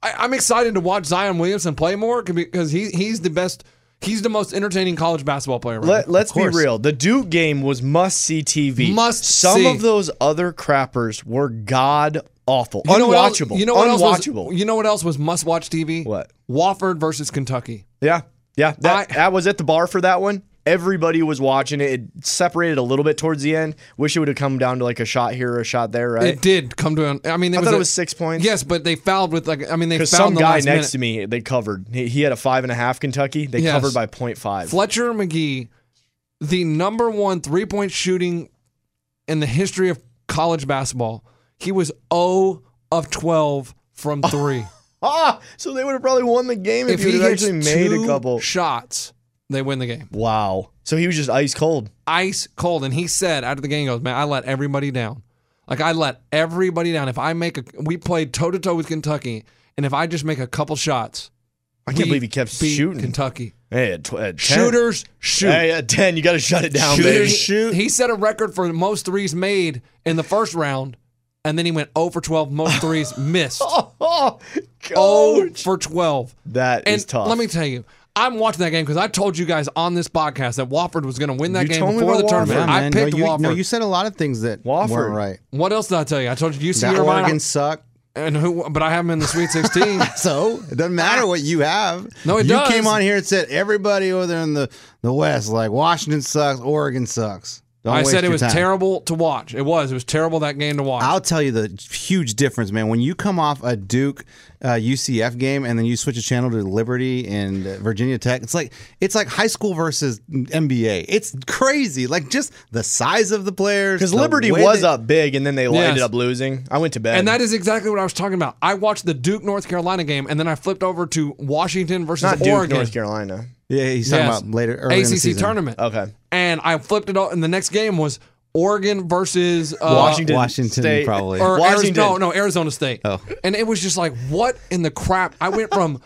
C: I'm excited to watch Zion Williamson play more because he he's the best. He's the most entertaining college basketball player. Right?
B: Let,
C: now.
B: let's be
D: course.
B: real. The Duke game was must see TV.
C: Must
B: Some
C: see.
B: of those other crappers were god awful,
C: You know what else-
B: unwatchable.
C: you know what else?
B: unwatchable.
C: Was, you know what else was must watch TV?
B: What?
C: Wofford versus Kentucky.
B: Yeah, yeah. That,
C: I-
B: that was at the bar for that one. Everybody was watching it. It separated a little bit towards the end. Wish it would have come down to like a shot here or a shot there, right?
C: It did come to an. I mean, there
B: I
C: was
B: thought
C: a-
B: it was six points.
C: Yes, but they fouled with like. I mean, they
B: Because
C: fouled
B: some
C: in the
B: guy
C: last
B: next
C: minute.
B: to me, they covered. He, he had a five and a half Kentucky. They
C: Yes.
B: covered by point five.
C: Fletcher McGee, the number one three point shooting in the history of college basketball. He was 0 of 12
B: <laughs>
C: from three.
B: ah, so they would have probably won the game if,
C: if he
B: he had
C: hits
B: actually made
C: two
B: a couple.
C: shots, they win the game.
B: wow. So he was just ice cold.
C: Ice cold, and he said after the game, he goes, "Man, I let everybody down. Like I let everybody down. If I make a, we played toe to toe with Kentucky, and if I just make a couple shots,
B: I can't
C: we
B: believe he kept
C: beat
B: shooting.
C: Kentucky
B: Hey, at tw- at 10.
C: shooters shoot."
B: Hey, at ten, you got to shut it down,
C: Shooters
B: baby.
C: shoot. He set a record for most threes made in the first round, and then he went 0 for 12
D: <laughs>
C: most threes missed.
B: <laughs> Oh,
C: 0
B: coach.
C: for 12.
B: That is
C: Oh. and
B: tough.
C: Let me tell you, I'm watching that game because I told you guys on this podcast that Wofford was going to win that
B: You
C: game
B: told me
C: before the
B: about
C: tournament.
B: Wofford.
D: Yeah,
C: I
D: man.
C: picked
D: no, you,
C: Wofford.
D: no, you said a lot of things that
B: Wofford.
D: weren't right.
C: what else did I tell you? I told you UC
D: That
C: Irvine,
D: Oregon suck.
C: and who? But I have them in the Sweet
D: <laughs>
C: 16.
D: So it doesn't matter what you have.
C: Ah. No, it
D: you
C: does.
D: came on here and said everybody over there in the, the West, like Washington sucks, Oregon sucks. Don't
C: I
D: waste
C: said it
D: your
C: was
D: time.
C: terrible to watch. It was. It was terrible that game to watch.
D: I'll tell you the huge difference, man. When you come off a Duke uh, UCF game and then you switch a channel to Liberty and uh, Virginia Tech, it's like it's like high school versus NBA. It's crazy. Like just the size of the players.
B: Because
D: the
B: Liberty
D: way
B: was
D: they-
B: up big and then they ended
C: Yes.
B: up losing. I went to bed.
C: and that is exactly what I was talking about. I watched the Duke North Carolina game, and then I flipped over to Washington versus
B: not Duke,
C: Oregon.
B: North Carolina.
D: Yeah, he's talking
C: Yes.
D: about later. earlier in the
C: ACC
D: season.
C: tournament.
B: Okay.
C: and I flipped it on. And the next game was Oregon versus uh,
B: Washington,
D: Washington,
B: State.
D: probably.
C: or
B: Washington.
C: Arizona, no, no, Arizona State. Oh. And it was just like, what in the crap? I went
D: <laughs>
C: from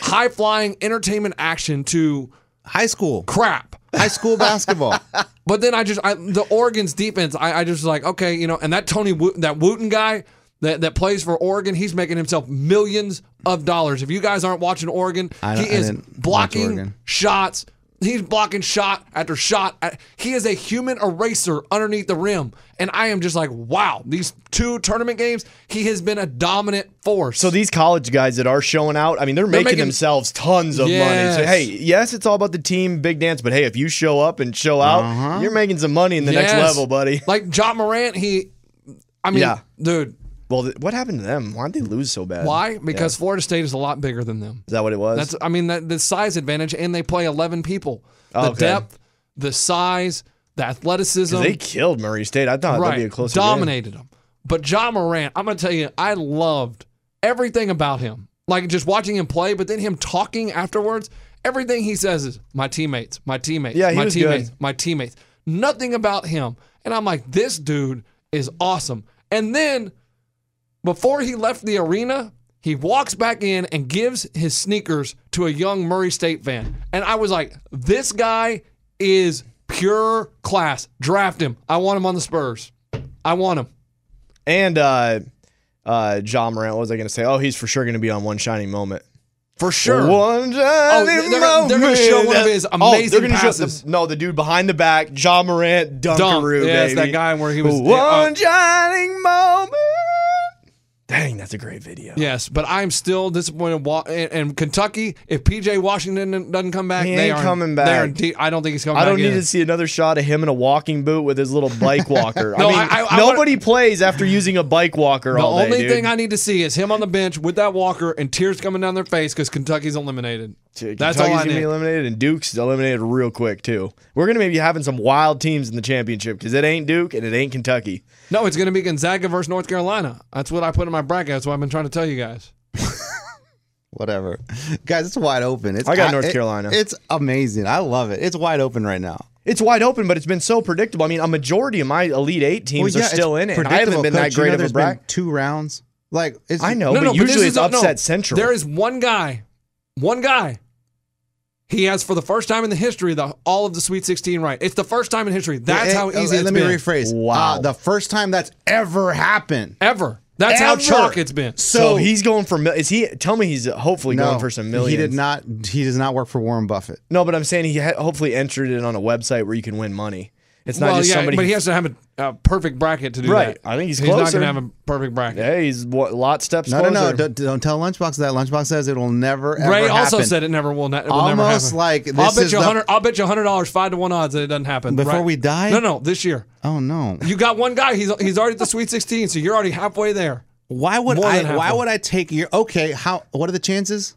C: high flying entertainment action to
D: High school,
C: crap.
D: high school <laughs> basketball.
C: But then I just I, the Oregon's defense. I, I just was like okay, you know, and that Tony Wo- that Wooten guy that, that plays for Oregon, he's making himself millions of dollars. If you guys aren't watching Oregon,
D: I
C: he
D: don't- I
C: is
D: didn't watch
C: blocking
D: Oregon.
C: shots. He's blocking shot after shot. At, he is a human eraser underneath the rim, and I am just like, wow. These two tournament games, he has been a dominant force.
B: So these college guys that are showing out, I mean, they're, making,
C: making-
B: themselves tons of
C: Yes.
B: money. So hey, yes, it's all about the team, big dance, but hey, if you show up and show out, you're making some money in the next
C: Yes.
B: level, buddy.
C: Like John Morant, he, I mean,
B: Yeah.
C: dude,
B: Well, th- what happened to them? Why'd they lose so bad?
C: why? Because Florida State is a lot bigger than them.
B: Is that what it was?
C: That's I mean that the size advantage, and they play eleven people. The
B: Oh, Okay.
C: depth, the size, the athleticism.
B: they killed Murray State. I thought that'd be a closer game.
C: dominated them. But John Morant, I'm gonna tell you, I loved everything about him. Like just watching him play, but then him talking afterwards. Everything he says is my teammates, my teammates,
B: Yeah, he
C: my
B: was good.
C: teammates, my teammates. Nothing about him, and I'm like, this dude is awesome. And then before he left the arena, he walks back in and gives his sneakers to a young Murray State fan. And I was like, this guy is pure class. Draft him. I want him on the Spurs. I want him.
B: And uh, uh, John Morant, what was I going to say? Oh, he's for sure going to be on one shining moment.
C: For sure.
B: One
C: Oh,
B: shining
C: they're- they're gonna- they're gonna
B: moment.
C: show one of his
B: Oh, they're
C: amazing
B: gonna show the-
C: passes.
B: no, the dude behind the back, John Morant, Dunkaroo,
C: Dunk. Yeah, it's
B: baby.
C: that guy where he was-
B: one
C: uh,
B: shining moment. Dang, that's a great video.
C: Yes, but I'm still disappointed. Wa- And, and Kentucky, if PJ Washington doesn't come back,
B: He
C: they
B: ain't
C: are
B: coming
C: they are
B: back.
C: de- I don't think he's coming
B: I
C: back.
B: don't need
C: either.
B: to see another shot of him in a walking boot with his little bike walker.
C: <laughs> No,
B: I mean,
C: I- I- I
B: nobody plays after using a bike walker
C: The
B: all day.
C: only
B: dude.
C: thing I need to see is him on the bench with that walker and tears coming down their face because Kentucky's eliminated.
B: Dude,
C: That's all
B: Kentucky's
C: I
B: gonna be
C: need.
B: eliminated, and Duke's eliminated real quick too. We're gonna maybe having some wild teams in the championship because it ain't Duke and it ain't Kentucky.
C: No, it's going to be Gonzaga versus North Carolina. That's what I put in my bracket. That's what I've been trying to tell you guys.
D: Whatever, guys. It's wide open. It's,
B: I got North
D: it-
B: Carolina.
D: It's amazing. I love it. It's wide open right now.
B: It's wide open, but it's been so predictable. I mean, a majority of my Elite Eight teams
D: Well, yeah,
B: are still
D: it's
B: in it. and I haven't
D: predictable,
B: been
D: Coach.
B: that
D: You
B: great
D: know
B: of a
D: there's been
B: bracket.
D: Two rounds. Like it's,
B: I know,
C: no,
B: but
C: no, but this
B: usually it's
C: is no,
B: upset central.
C: There is one guy, one guy. He has for the first time in the history the all of the Sweet 16 right. It's the first time in history. That's
D: Hey,
C: how
D: hey,
C: easy
D: uh,
C: it's
D: Let me
C: been.
D: rephrase.
B: Wow.
D: Uh, the first time that's ever happened.
C: Ever. That's how
D: Ever.
C: chalk it's been.
B: so, he's going for mil- is he? Tell me he's hopefully going for some millions.
D: He did not. He does not work for Warren Buffett.
B: No, but I'm saying he ha- hopefully entered it on a website where you can win money. It's not
C: well,
B: just
C: yeah,
B: somebody.
C: but he has to have a, a perfect bracket to do
B: Right.
C: that.
B: I think he's
C: he's not
B: closer.
C: going to have a perfect bracket.
B: hey, he's what, lot steps
D: No,
B: closer.
D: no, no. Don't, don't tell Lunchbox that. Lunchbox says it will never. Ever
C: Ray also
D: happen.
C: said it never will. Ne- will never
D: Almost
C: happen.
D: like this
C: I'll bet
D: is
C: you
D: the-
C: hundred. I'll bet you hundred dollars, five to one odds that it doesn't happen
D: Before
C: right?
D: we die?
C: No, no, this year.
D: Oh no.
C: You got one guy. He's he's already at the Sweet Sixteen, so you're already halfway there.
D: Why would
C: More than
D: I?
C: half
D: Why
C: of-
D: would I take your? Okay. How? What are the chances?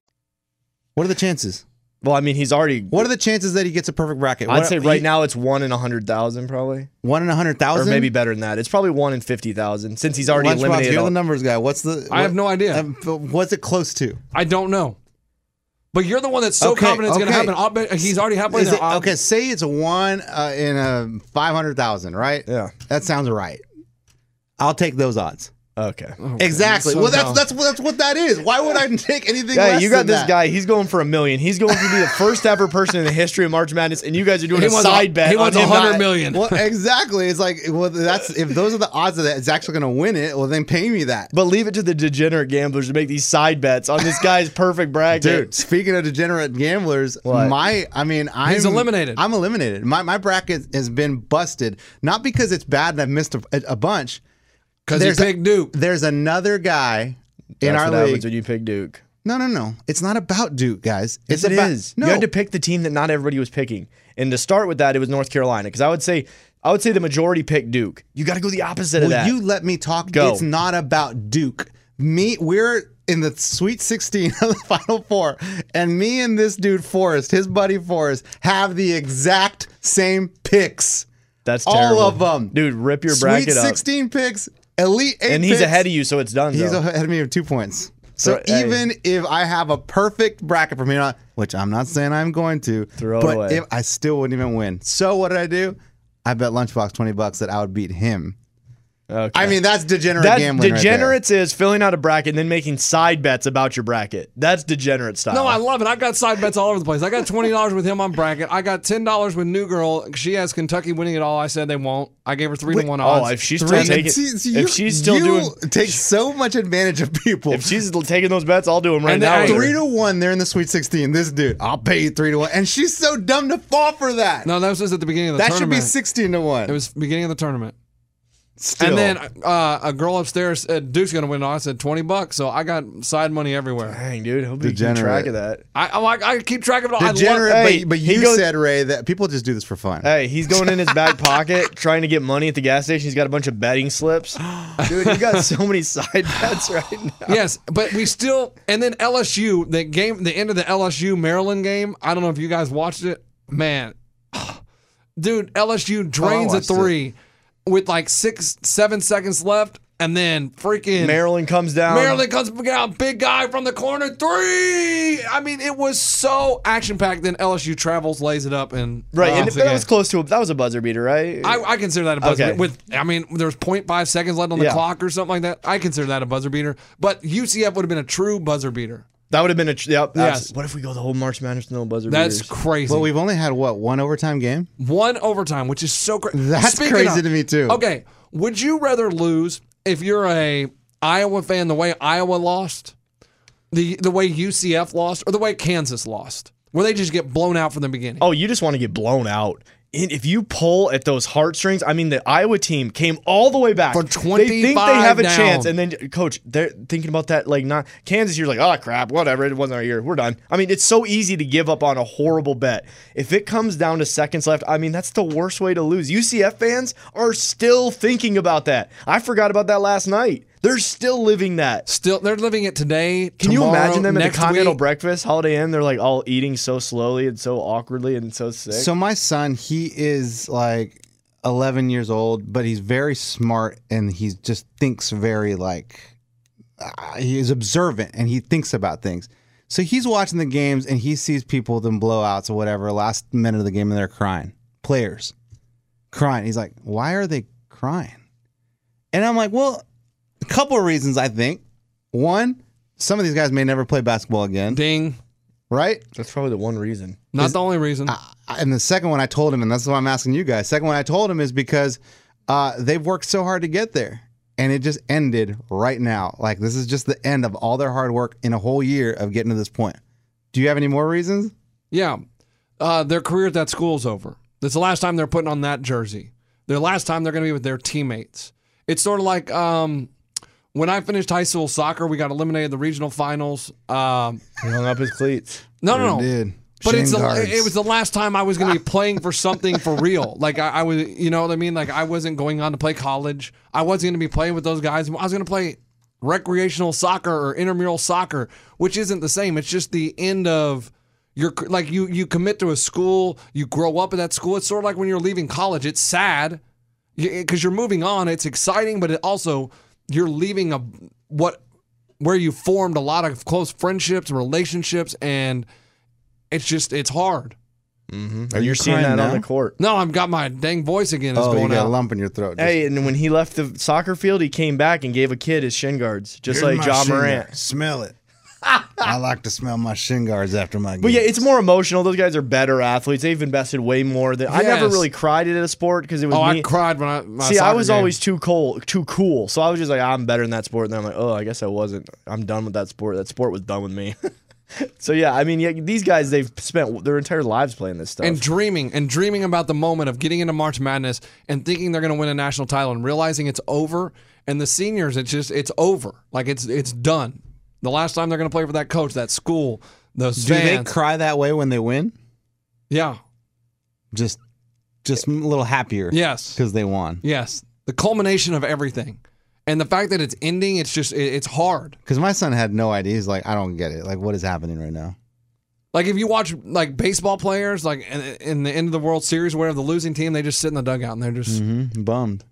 D: What are the chances?
B: Well, I mean, he's already.
D: What are the chances that he gets a perfect bracket?
B: I'd
D: What-
B: say right
D: he-
B: now it's one in a hundred thousand, probably,
D: one in a hundred
B: or
D: thousand,
B: maybe better than that. It's probably one in fifty thousand since he's already
D: Lunchbox,
B: eliminated.
D: You're
B: all-
D: the numbers guy. What's the?
C: I have no idea.
D: um, what's it close to?
C: I don't know. But you're the one that's so
D: Okay,
C: confident it's going
D: okay.
C: to happen. I'll bet he's already halfway
D: Is
C: there. Uh,
D: it-
C: I'll-
D: okay, say it's one uh, in a five hundred thousand, right?
B: Yeah.
D: that sounds right. I'll take those odds.
B: okay.
D: exactly.
C: so
D: well, that's
C: dumb.
D: that's what that's what that is. Why would I <laughs> take anything?
B: Yeah,
D: less
B: you got
D: than
B: this
D: that?
B: guy. He's going for a million. He's going to be
D: <laughs>
B: the first ever person in the history of March Madness, and you guys are doing
C: He
B: a
C: wants a-
B: side bet.
C: he wants
B: on him
C: 100
B: not-
C: million.
D: Well, <laughs> exactly. It's like well, that's if those are the odds of that, it's actually going to win it. Well, then pay me that.
B: But leave it to the degenerate gamblers to make these side bets on this
D: <laughs>
B: guy's perfect bracket.
D: Dude, speaking of degenerate gamblers,
B: What?
D: my I mean I'm
C: eliminated.
D: I'm eliminated. My my bracket has been busted. Not because it's bad and I've missed a, a bunch.
C: 'Cause you
D: There's a-
C: picked Duke.
D: There's another guy in
B: That's
D: our
B: what happens
D: league.
B: when you pick Duke.
D: no, no, no. It's not about Duke, guys. It's
B: Yes, it
D: about
B: is.
D: No.
B: You had to pick the team that not everybody was picking, and to start with that, it was North Carolina because I would say I would say the majority picked Duke. You got to go the opposite
D: Will
B: of that.
D: you let me talk?
B: Go.
D: It's not about Duke. Me, we're in the Sweet 16 <laughs> of the Final Four, and me and this dude Forrest, his buddy Forrest, have the exact same picks.
B: That's
D: all
B: terrible.
D: of them,
B: dude. Rip your
D: Sweet
B: bracket up.
D: 16 picks, elite eight,
B: And he's ahead of you, so it's done.
D: He's
B: though.
D: ahead of me of two points. So
B: Throw- hey.
D: even if I have a perfect bracket from here on, which I'm not saying I'm going to,
B: Throw it
D: but
B: away.
D: if I still wouldn't even win. So what did I do? I bet Lunchbox 20 bucks that I would beat him.
B: Okay.
D: I mean, that's degenerate
B: That
D: gambling. right there.
B: degenerates is filling out a bracket and then making side bets about your bracket. That's degenerate style.
C: No, I love it. I got side bets all over the place. I got twenty dollars with him on bracket. I got ten dollars with New Girl. She has Kentucky winning it all. I said they won't. I gave her three to one odds.
B: oh, if she's
D: Three-
B: still taking,
D: See, see,
B: if
D: you-
B: she's still
D: you
B: doing,
D: take so much advantage of people.
B: if she's still taking those bets, I'll do them right
C: And
B: now.
C: then
B: with her.
D: three to one, they're in the Sweet 16. This dude, I'll pay you three to one, and she's so dumb to fall for that.
C: no, that was just at the beginning of the
D: that should be
C: tournament.
D: 16 to one.
C: It was beginning of the tournament.
D: Still.
C: And then uh, a girl upstairs said Duke's gonna win. it all. I said twenty bucks. So I got side money everywhere.
B: Dang, dude, he'll be keeping
D: Degenerate.
B: track of that.
C: I I'm like I keep track of it all.
D: degenerate.
C: I love,
B: Hey,
D: but, but
B: he
D: you
B: goes-
D: said Ray that people just do this for fun.
B: Hey, he's going in his back pocket <laughs> trying to get money at the gas station. He's got a bunch of betting
C: <gasps>
B: slips. Dude, you got so many side bets right now.
C: yes, but we still. And then LSU, the game, the end of the LSU Maryland game. I don't know if you guys watched it. Man, <sighs> dude,
B: Oh,
C: LSU drains a
D: watched it.
C: three with like six, seven seconds left, and then freaking
B: Maryland comes down.
C: Maryland comes down, big guy from the corner three. I mean, it was so action packed. Then LSU travels, lays it up, and
B: right? and
C: wins the
B: that
C: game.
B: was close to a, that was a buzzer beater, right?
C: I, I consider that a buzzer
B: Okay.
C: beater. With I mean, there's 0.5 seconds left on the
B: Yeah.
C: clock or something like that. I consider that a buzzer beater. But UCF would have been a true buzzer beater.
B: that would have been a tr- yep.
C: Yes.
B: What if we go the whole March Madness no buzzer
C: That's
B: beaters?
C: crazy.
D: But we've only had what one overtime game?
C: One overtime, which is so crazy.
D: That's crazy to me, too.
C: Okay, would you rather lose if you're a Iowa fan the way Iowa lost, the the way UCF lost, or the way Kansas lost, where they just get blown out from the beginning?
B: Oh, you just want to get blown out. And if you pull at those heartstrings, I mean, the Iowa team came all the way back
C: For
B: They think they have a
C: 25 down.
B: chance, and then coach, they're thinking about that like not Kansas. You're like, oh crap, whatever. It wasn't our year. We're done. I mean, it's so easy to give up on a horrible bet. If it comes down to seconds left, I mean, that's the worst way to lose. UCF fans are still thinking about that. I forgot about that last night. They're still living that.
C: Still, they're living it today.
B: Can you imagine them at the Continental
C: break?
B: Breakfast, Holiday Inn? They're like all eating so slowly and so awkwardly and so sick.
D: So my son, he is like 11 years old, but he's very smart and he just thinks very like uh, he is observant and he thinks about things. So he's watching the games and he sees people with them blowouts or whatever last minute of the game and they're crying. Players crying. He's like, "Why are they crying?" And I'm like, well, a couple of reasons I think. One, some of these guys may never play basketball again,
C: Ding.
D: right?
B: That's probably the one reason.
C: Not the only reason.
D: Uh, And the second one I told him, and that's why I'm asking you guys. Second one I told him is because uh, they've worked so hard to get there, and it just ended right now. Like this is just the end of all their hard work in a whole year of getting to this point. Do you have any more reasons?
C: Yeah. Uh, their career at that school's over. That's the last time they're putting on that jersey. Their last time they're going to be with their teammates. It's sort of like um, when I finished high school soccer, we got eliminated in the regional finals. Um,
B: He hung up his cleats.
C: no, no, no.
D: Dude,
C: But
D: shin
C: it's the,
D: guards.
C: it was the last time I was going to
D: Ah.
C: be playing
D: <laughs>
C: for something for real. <laughs> Like I, I was, you know what I mean. Like I wasn't going on to play college. I wasn't going to be playing with those guys. I was going to play recreational soccer or intramural soccer, which isn't the same. It's just the end of your like you you commit to a school, you grow up at that school. It's sort of like when you're leaving college. It's sad because you're moving on. It's exciting, but it also you're leaving a what where you formed a lot of close friendships and relationships and it's just it's hard.
B: Are you seeing
D: Mm-hmm. crying
B: that
D: now?
B: on the court?
C: No, I've got my dang voice again. It's
D: Oh, you
C: going
D: got a
C: out.
D: lump in your throat. Just-
B: Hey, and when he left the soccer field, he came back and gave a kid his shin guards, just like
D: Here's my
B: John
D: shin
B: Morant.
D: guard. Smell <laughs> it. I like to smell my shin guards after my.
B: But yeah,
D: games.
B: it's more emotional. Those guys are better athletes. They've invested way more than I never
C: Yes.
B: really cried at a sport because it was
C: oh,
B: me.
C: I cried when I my
B: See, I
C: soccer
B: was
C: game.
B: always too cold, too cool. So I was just like, "Ah, I'm better in that sport. And then I'm like, oh, I guess I wasn't. I'm done with that sport. That sport was done with me. <laughs> so yeah, I mean, yeah, these guys they've spent their entire lives playing this stuff.
C: and dreaming and dreaming about the moment of getting into March Madness and thinking they're going to win a national title and realizing it's over. And the seniors, it's just it's over. Like it's it's done. The last time they're going to play for that coach, that school, those
D: do they
C: fans.
D: cry that way when they win?
C: yeah.
D: Just, just a little happier.
C: Yes.
D: because they won.
C: Yes. The culmination of everything, and the fact that it's ending. It's just it, it's hard.
D: Because my son had no idea. He's like, I don't get it. Like, what is happening right now?
C: Like if you watch like baseball players, like in, in the end of the World Series, where the losing team, they just sit in the dugout and they're just
D: Mm-hmm. Bummed.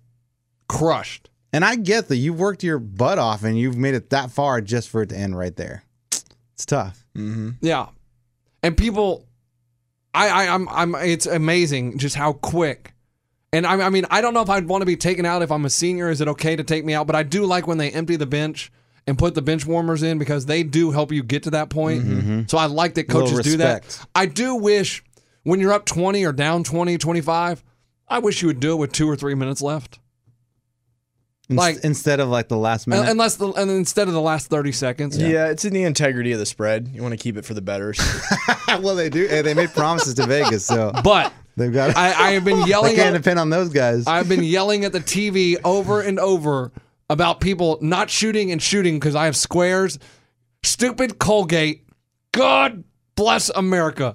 C: crushed.
D: And I get that you've worked your butt off and you've made it that far just for it to end right there. It's tough.
C: Yeah, and people, I, I, I'm, I'm. It's amazing just how quick. And I, I mean, I don't know if I'd want to be taken out if I'm a senior. Is it okay to take me out? But I do like when they empty the bench and put the bench warmers in because they do help you get to that point. So I like that
D: Little
C: coaches do that.
D: respect.
C: I do wish when you're up 20 or down 20, 25, I wish you would do it with two or three minutes left.
D: Inst-
C: Like-
D: instead of like the last minute.
C: Un- Unless the and instead of the last thirty seconds,
B: yeah. it's in the integrity of the spread. You want to keep it for the <laughs> betters.
D: <laughs> well, they do. Hey, they made promises to Vegas, <laughs> so
C: But
D: they've got.
C: I, I have been
D: <laughs> they
C: yelling.
D: can't
C: At,
D: depend on those guys.
C: I've been yelling at the TV over and over about people not shooting and shooting because I have squares. Stupid Colgate. God bless America.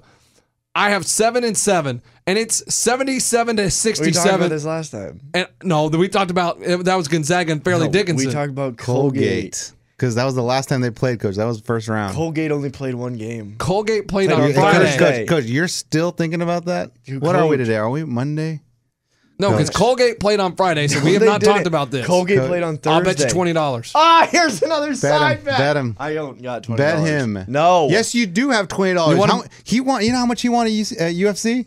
C: I have seven and seven, and it's seventy-seven to
B: we talked about
C: sixty-seven.
B: this last time.
C: And no, we talked about eh, that was Gonzaga and Fairleigh
B: No,
C: Dickinson.
B: We talked about Colgate.
D: because that was the last time they played, Coach. That was the first round.
B: Colgate only played one game.
C: Colgate played on
B: Played
D: Hey,
B: on
C: Friday.
D: Coach,
B: Friday.
D: Coach, Coach, you're still thinking about that?
B: You
D: what are we
B: coach.
D: today? Are we Monday?
C: No, because Colgate played on Friday, so we have
B: They
C: not
B: did
C: talked
B: it.
C: about this.
B: Colgate played on Thursday.
C: I'll bet you twenty dollars.
B: <laughs> Ah, here's another side
D: him.
B: bet.
D: Bet him.
B: I don't got twenty.
D: Bet him.
B: No.
D: Yes, you do have twenty dollars.
C: You want
D: How,
C: him-
D: he want. You know how much he wanted UC, uh, UFC?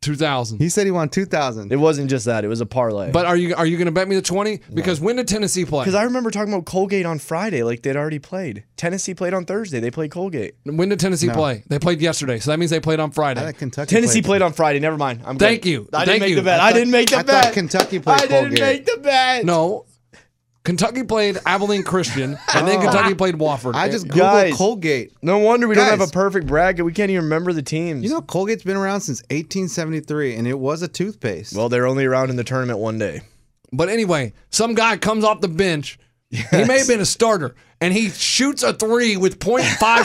C: Two thousand.
D: He said he won two thousand.
B: It wasn't just that. It was a parlay.
C: But are you are you going to bet me the twenty? Because when did Tennessee play?
B: Because I remember talking about Colgate on Friday, like they'd already played. Tennessee played on Thursday. They played Colgate.
C: when did Tennessee play? They played yesterday, so that means they played on
D: I
C: Friday.
D: thought Kentucky
B: Tennessee played on Friday. Never mind. I'm
C: Thank
B: good.
C: you.
B: I
C: Thank
B: didn't make
C: you.
B: the bet.
C: I
B: I,
C: thought-
B: didn't make the
D: I thought
B: bet.
D: Kentucky played
B: I didn't
D: Colgate.
B: make the bet.
C: No, Kentucky played Abilene Christian, and
B: <laughs> Oh.
C: then Kentucky played Wofford.
D: I just googled
B: Guys.
D: Colgate.
B: No wonder we don't have
D: Guys.
B: a perfect bracket. We can't even remember the teams.
D: You know, Colgate's been around since 1873, and it was a toothpaste.
B: well, they're only around in the tournament one day.
C: But anyway, some guy comes off the bench. He may have been a starter, and he shoots a three with 0.5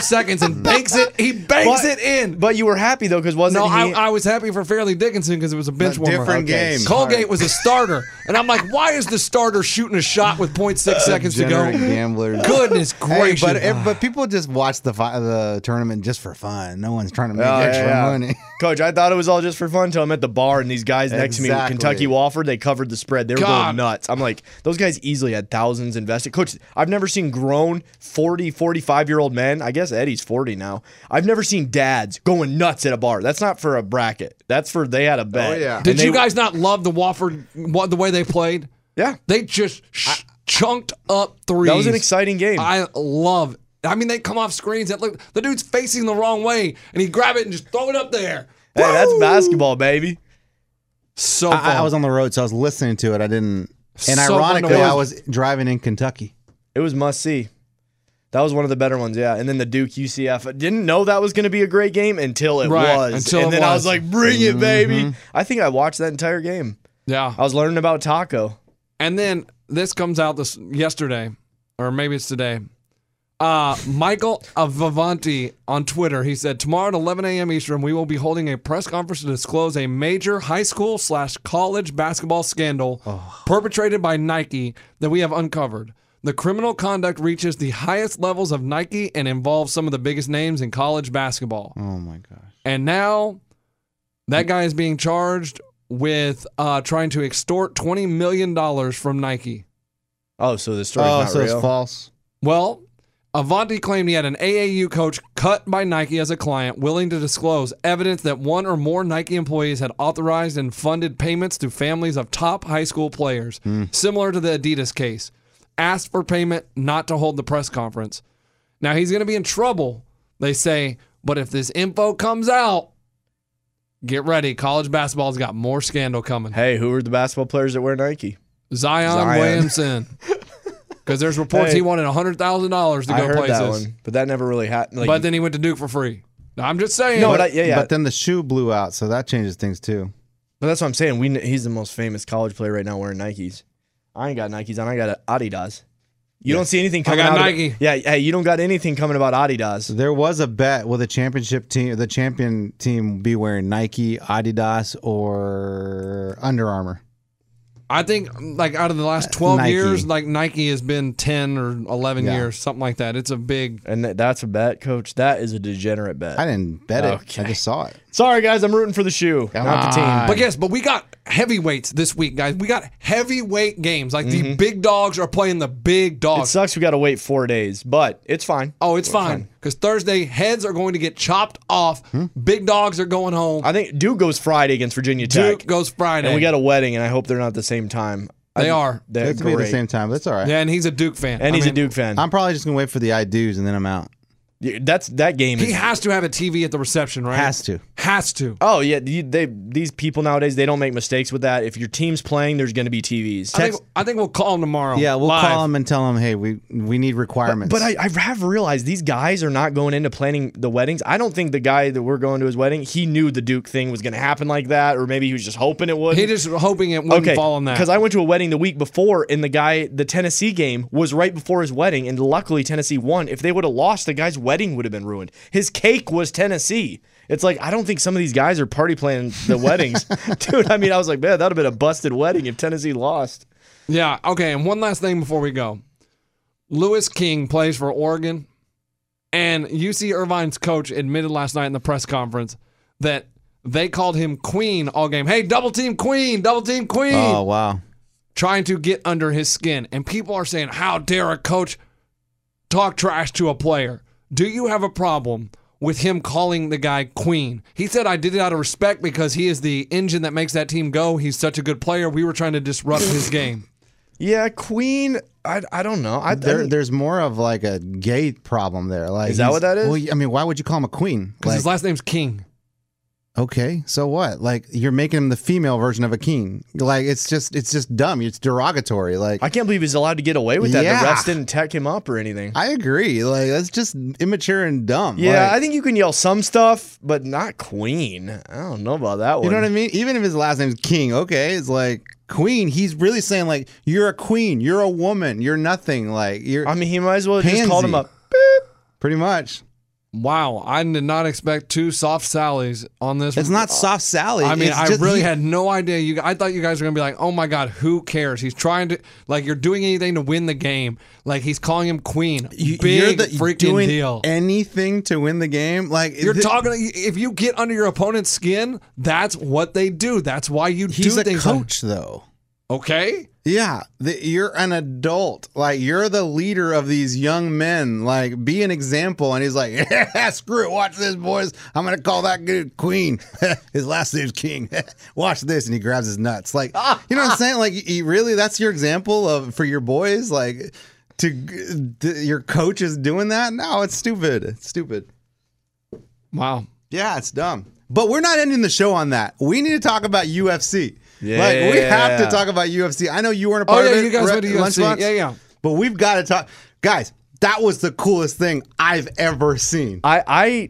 B: <laughs>
C: seconds and banks it. He banks it in.
B: But you were happy though, because wasn't
C: no,
B: he?
C: I, I was happy for Fairleigh Dickinson because it was a bench
D: A
C: warmer.
D: different game.
C: Colgate was a starter, and I'm like, why is the starter shooting a shot
B: <laughs>
C: with 0.6 seconds to go?
D: Degenerate gamblers.
C: Goodness
D: Hey,
C: gracious!
D: but ev- but people just watch the fi- the tournament just for fun. No one's trying to make
B: Oh, yeah,
D: extra
B: yeah.
D: money.
B: Coach, I thought it was all just for fun until I'm at the bar and these guys next to me,
D: Exactly.
B: Kentucky Wofford, they covered the spread. They were
C: God.
B: going nuts. I'm like, those guys easily had thousands invested. Coach, I've never seen grown 40, 45 year old men. I guess Eddie's 40 now. I've never seen dads going nuts at a bar. That's not for a bracket. That's for they had a bet.
D: Oh, yeah.
B: And
C: Did
B: they-
C: you guys not love the Wofford what, the way they played?
B: Yeah.
C: They just sh- chunked up threes.
B: That was an exciting game.
C: I love. I mean, they come off screens. That look, the dude's facing the wrong way, and he grab it and just throw it up there.
B: Hey, that's basketball, baby.
C: So fun.
D: <laughs> I, I was on the road, so I was listening to it. I didn't. And
C: So
D: ironically,
C: wonderful.
D: I was driving in Kentucky.
B: It was must see. That was one of the better ones, yeah. And then the Duke UCF. I didn't know that was going to be a great game until it
C: Right,
B: was.
C: until
B: and
C: it
B: then I was
C: was. Mm-hmm.
B: like, bring it, baby. I think I watched that entire game.
C: yeah.
B: I was learning about Taco.
C: And then this comes out this yesterday, or maybe it's today. Uh, Michael Avavanti on Twitter, he said, Tomorrow at 11 a.m. Eastern, we will be holding a press conference to disclose a major high school slash college basketball scandal
B: Oh.
C: perpetrated by Nike that we have uncovered. The criminal conduct reaches the highest levels of Nike and involves some of the biggest names in college basketball.
D: Oh my gosh.
C: And now that guy is being charged with uh, trying to extort $20 million from Nike.
B: Oh, so the story's
D: Oh,
B: not
D: so
B: real.
D: it's false.
C: Well, Avanti claimed he had an AAU coach cut by Nike as a client, willing to disclose evidence that one or more Nike employees had authorized and funded payments to families of top high school players, similar to the Adidas case. Asked for payment not to hold the press conference. Now he's going to be in trouble, they say, but if this info comes out, get ready. College basketball's got more scandal coming.
B: Hey, who are the basketball players that wear Nike?
C: Zion,
B: Zion. <laughs>
C: Williamson. Because there's reports
B: Hey.
C: he wanted $100,000 to go
B: I heard
C: places
B: that one, but that never really happened. Like,
C: but then he went to Duke for free. I'm just saying.
B: no, but I, yeah, yeah.
D: But then the shoe blew out, so that changes things too.
B: But that's what I'm saying. We kn- he's the most famous college player right now wearing Nikes. I ain't got Nikes on. I got Adidas. You don't see anything coming
C: got
B: out.
C: Nike.
B: Of, yeah, hey, you don't got anything coming about Adidas.
D: There was a bet: will the championship team, the champion team, be wearing Nike, Adidas, or Under Armour?
C: I think like out of the last 12
D: Nike.
C: years, like Nike has been 10 or 11
D: Yeah.
C: years, something like that. It's a big.
B: And th- that's a bet, coach. That is a degenerate bet.
D: I didn't bet
B: Okay.
D: it. I just saw it.
B: Sorry, guys, I'm rooting for the shoe, not the team.
C: But yes, but we got heavyweights this week, guys. We got heavyweight games. Like
B: Mm-hmm.
C: the big dogs are playing the big
B: It
C: dogs.
B: sucks we got to wait four days, but it's fine.
C: oh, it's fine. Because Thursday, heads are going to get chopped off.
B: Hmm?
C: Big dogs are going home.
B: I think Duke goes Friday against Virginia Tech.
C: Duke goes Friday.
B: and we got a wedding, and I hope they're not at the same time.
C: They
B: I-
C: are.
B: They're
D: It's be
B: great.
D: the same time. That's all right.
C: yeah, and he's a Duke fan.
B: And
C: I
B: he's
C: mean,
B: a Duke fan.
D: I'm probably just gonna wait for the I do's and then I'm out.
B: Yeah, That's that game.
C: He
B: is-
C: has to have a TV at the reception, right?
D: Has to.
C: Has to.
B: Oh yeah, you, they these people nowadays they don't make mistakes with that. If your team's playing, there's going to be TVs.
C: I think, I think we'll call him tomorrow.
D: Yeah, we'll
C: Live.
D: call them and tell them, hey, we we need requirements.
B: but I, I have realized these guys are not going into planning the weddings. I don't think the guy that we're going to his wedding, he knew the Duke thing was going to happen like that, or maybe he was just hoping it would.
C: He just hoping it wouldn't fall on that.
B: Because I went to a wedding the week before, and the guy, the Tennessee game was right before his wedding, and luckily Tennessee won. If they would have lost, the guy's wedding would have been ruined. His cake was Tennessee. It's like I don't think some of these guys are party planning <laughs> the weddings, dude. I mean, I was like, man, that'd have been a busted wedding if Tennessee lost.
C: yeah. Okay. And one last thing before we go, Lewis King plays for Oregon, and UC Irvine's coach admitted last night in the press conference that they called him Queen all game. Hey, double team Queen, double team Queen,
D: oh wow.
C: trying to get under his skin. And people are saying, how dare a coach talk trash to a player? Do you have a problem? With him calling the guy Queen. He said, I did it out of respect because he is the engine that makes that team go. He's such a good player. We were trying to disrupt his game.
B: Yeah, Queen. I, I don't know. I,
D: There,
B: I,
D: there's more of like a gay problem there. Like,
B: Is that
D: he's-
B: what that is?
D: Well, I mean, why would you call him a queen?
C: Because his
D: Like,
C: last name's King.
D: okay, so what? Like, you're making him the female version of a king. Like, it's just, it's just dumb. It's derogatory. Like,
B: I can't believe he's allowed to get away with that. The
D: Yeah.
B: refs didn't tech him up or anything.
D: I agree. Like, that's just immature and dumb.
B: yeah,
D: Like,
B: I think you can yell some stuff, but not Queen. I don't know about that one.
D: you know what I mean. Even if his last name's King, okay, it's like queen. He's really saying like, you're a queen. You're a woman. You're nothing. Like, you're
B: I mean, he might as well have just called him
D: Pansy.
B: up.
D: pretty much.
C: Wow, I did not expect two soft sallies on this.
D: It's not soft Sally.
C: Uh, I mean,
D: It's
C: I
D: just-
C: really
D: he-
C: had no idea. You, I thought you guys were gonna be like, "Oh my God, who cares?" He's trying to like you're doing anything to win the game. Like he's calling him queen.
D: you-
C: Big
D: you're the,
C: freaking
D: doing
C: deal.
D: anything to win the game. Like
C: you're
D: thi-
C: talking. If you get under your opponent's skin, that's what they do. That's why you
D: He's
C: do
D: a
C: things. like-
D: coach, though.
C: okay,
D: Yeah, the, you're an adult. Like you're the leader of these young men. Like be an example. And he's like, <laughs> yeah, screw it. Watch this, boys. I'm gonna call that dude Queen. <laughs> his last name's King. <laughs> watch this. And he grabs his nuts. Like you know what I'm saying? Like you, really, that's your example of for your boys. Like to d- your coach is doing that. No, it's stupid. It's stupid.
C: Wow.
D: Yeah, it's dumb. But we're not ending the show on that. We need to talk about UFC. Like we have to
B: Yeah.
D: talk about UFC. I know you weren't a
C: Oh
D: part of
C: yeah,
D: it.
C: you guys
D: Re-
C: went to UFC.
D: Lunchbox.
C: Yeah, yeah.
D: But we've got to talk guys, that was the coolest thing I've ever seen.
B: I,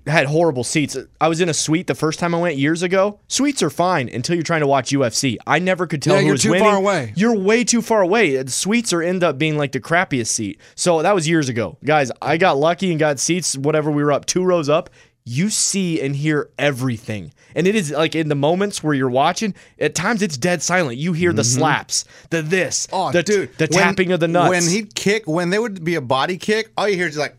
B: I had horrible seats. I was in a suite the first time I went years ago. Suites are fine until you're trying to watch UFC. I never could tell
C: Yeah,
B: who
C: you're
B: was
C: too
B: winning.
C: far away.
B: You're way too far away. The Suites are end up being like the crappiest seat. So that was years ago. Guys, I got lucky and got seats whatever we were up two rows up. You see and hear everything. And it is like in the moments where you're watching, at times it's dead silent. You hear
C: Mm-hmm.
B: the slaps, the this,
D: Oh,
B: the
D: dude,
B: the
D: when-
B: tapping of the nuts.
D: When he'd kick, when there would be a body kick, all you hear is like,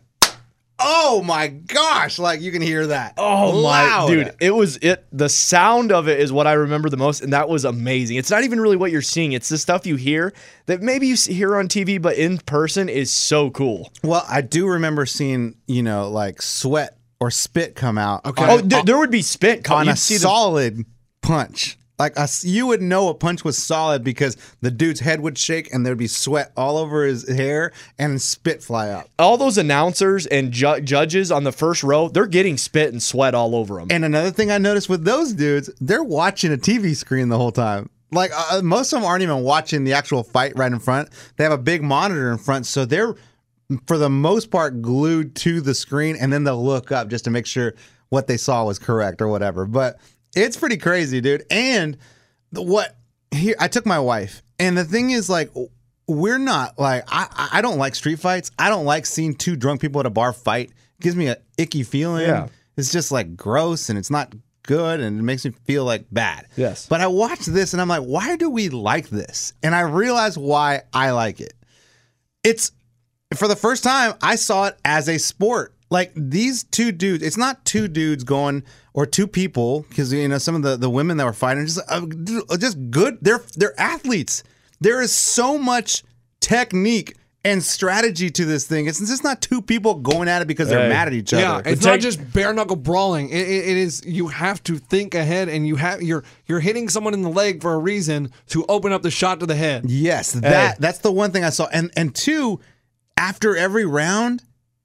D: "Oh my gosh!" Like you can hear that.
B: Oh
D: Loud.
B: my dude, it was it the sound of it is what I remember the most and that was amazing. It's not even really what you're seeing, it's the stuff you hear that maybe you s- hear on TV but in person is so cool.
D: Well, I do remember seeing you know like sweat or spit come out. Okay.
B: oh, th- there would be spit co-
D: on
B: Oh, you'd
D: a
B: see the-
D: solid punch. Like a s you would know a punch was solid because the dude's head would shake and there'd be sweat all over his hair and spit fly up.
B: all those announcers and ju- judges on the first row, they're getting spit and sweat all over them.
D: And another thing I noticed with those dudes, they're watching a TV screen the whole time. Like uh, most of them aren't even watching the actual fight right in front. They have a big monitor in front, so they're for the most part glued to the screen, and then they'll look up just to make sure what they saw was correct or whatever. But it's pretty crazy, dude. And the- what here? I took my wife, and the thing is, like, we're not like I. I- I don't like street fights. I don't like seeing two drunk people at a bar fight. It gives me an icky feeling.
B: Yeah.
D: It's just like gross and it's not good and it makes me feel like bad.
B: Yes.
D: But I watched this and I'm like, why do we like this? And I realized why I like it. It's for the first time I saw it as a sport. Like these two dudes, it's not two dudes going or two people because you know some of the the women that were fighting just uh, dude, just good. They're they're athletes. There is so much technique and strategy to this thing. It's just not two people going at it because they're
B: Hey.
D: mad at each other.
C: Yeah, Uh, it's
B: But
C: not
B: take-
C: just bare knuckle brawling. It, it, it is you have to think ahead, and you have you're you're hitting someone in the leg for a reason to open up the shot to the head.
D: Yes, that that's the one thing I saw. And and two, after every round,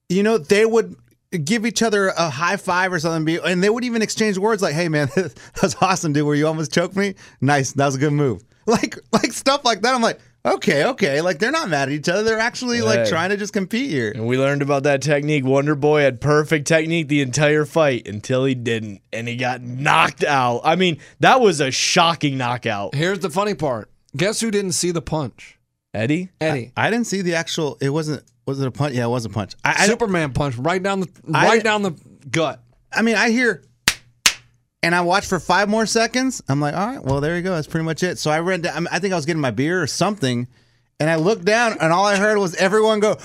D: you know, they would give each other a high five or something, be- and they would even exchange words like, "Hey, man, <laughs> that's awesome, dude. Where you almost choked me? Nice. That was a good move." <laughs> Like like stuff like that. I'm like, okay, okay. Like they're not mad at each other. They're actually like
B: Hey.
D: trying to just compete here.
B: And we learned about that technique. Wonder Boy had perfect technique the entire fight until he didn't and he got knocked out. I mean, that was a shocking knockout.
C: Here's the funny part. Guess who didn't see the punch?
B: Eddie?
C: Eddie.
D: I didn't see the actual. It wasn't. Was it a punch? Yeah, it was a punch. I, I don't-
C: Superman punch right down the
D: I
C: right
D: didn't-
C: down the gut.
D: I mean, I hear and I watch for five more seconds. I'm like, all right, well, there you go. That's pretty much it. So I read, I, mean, I think I was getting my beer or something. And I looked down and all I heard was everyone go,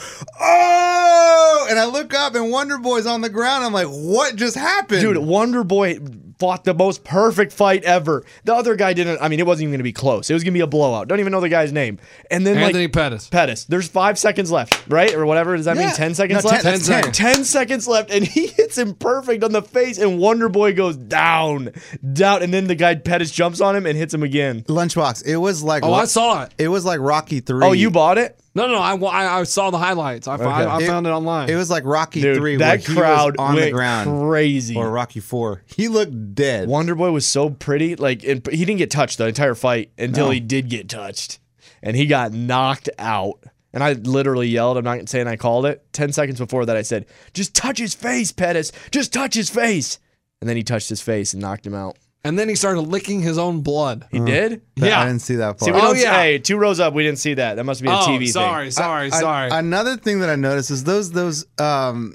D: oh! And I look up and Wonder Boy's on the ground. I'm like, what just happened? <laughs>
B: Dude, Wonder Boy fought the most perfect fight ever. The other guy didn't. I mean, it wasn't even going to be close. It was going to be a blowout. Don't even know the guy's name. And then
C: Anthony
B: like
C: Pettis.
B: Pettis. There's five seconds left, right, or whatever. Does that
D: Yeah.
B: mean ten seconds
D: No,
B: left?
D: 10, that's 10.
B: Ten seconds left, and <laughs> he hits him perfect on the face, and Wonder Boy goes down, down, and then the guy Pettis jumps on him and hits him again.
D: Lunchbox. It was like,
C: Oh, I saw it.
D: It was like Rocky 3.
B: Oh, you bought it?
C: No, no, no, I, wa- I, I saw the highlights. I, fi- I, I found it online.
D: It was like Rocky
B: Dude,
D: 3. where
B: that
D: he was
B: crowd
D: on the
B: went
D: ground.
B: crazy.
D: Or Rocky 4. He looked dead.
B: Wonder Boy was so pretty. Like and he didn't get touched the entire fight until he did get touched, and he got knocked out. And I literally yelled. I'm not saying I called it. Ten seconds before that, I said, "Just touch his face, Pettis. Just touch his face." And then he touched his face and knocked him out.
C: and then he started licking his own blood.
B: He did.
D: That-
C: yeah.
D: I didn't see that part.
B: See, we
C: Oh,
B: don't.
C: yeah.
B: Hey, two rows up. We didn't see that. That must be a
C: oh,
B: TV
C: sorry,
B: thing.
C: sorry,
D: I-
C: sorry.
D: another thing that I noticed is those those um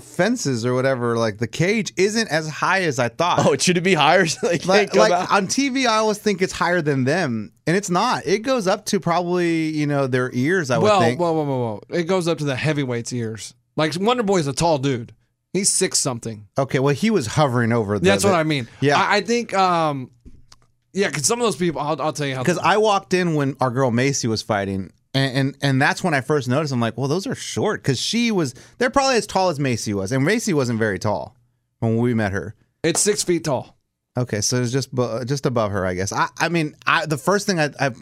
D: fences or whatever, like the cage isn't as high as I thought.
B: Oh, should it be higher? <laughs> So they can't
D: like
B: come
D: like
B: out?
D: on TV, I always think it's higher than them, and it's not. It goes up to probably you know their ears. I would
C: well,
D: think.
C: whoa, whoa, whoa, whoa! It goes up to the heavyweights' ears. Like Wonder Boy's a tall dude. He's six something.
D: okay, well he was hovering over. The,
C: That's what
D: the-
C: I mean.
D: Yeah.
C: I, I think um, Yeah, because some of those people, I'll, I'll tell you how.
D: Because I walked in when our girl Macy was fighting, and, and and that's when I first noticed. I'm like, well, those are short because she was. They're probably as tall as Macy was, and Macy wasn't very tall when we met her.
C: it's six feet tall.
D: Okay, so it's just bu- just above her, I guess. I I mean, I the first thing I I,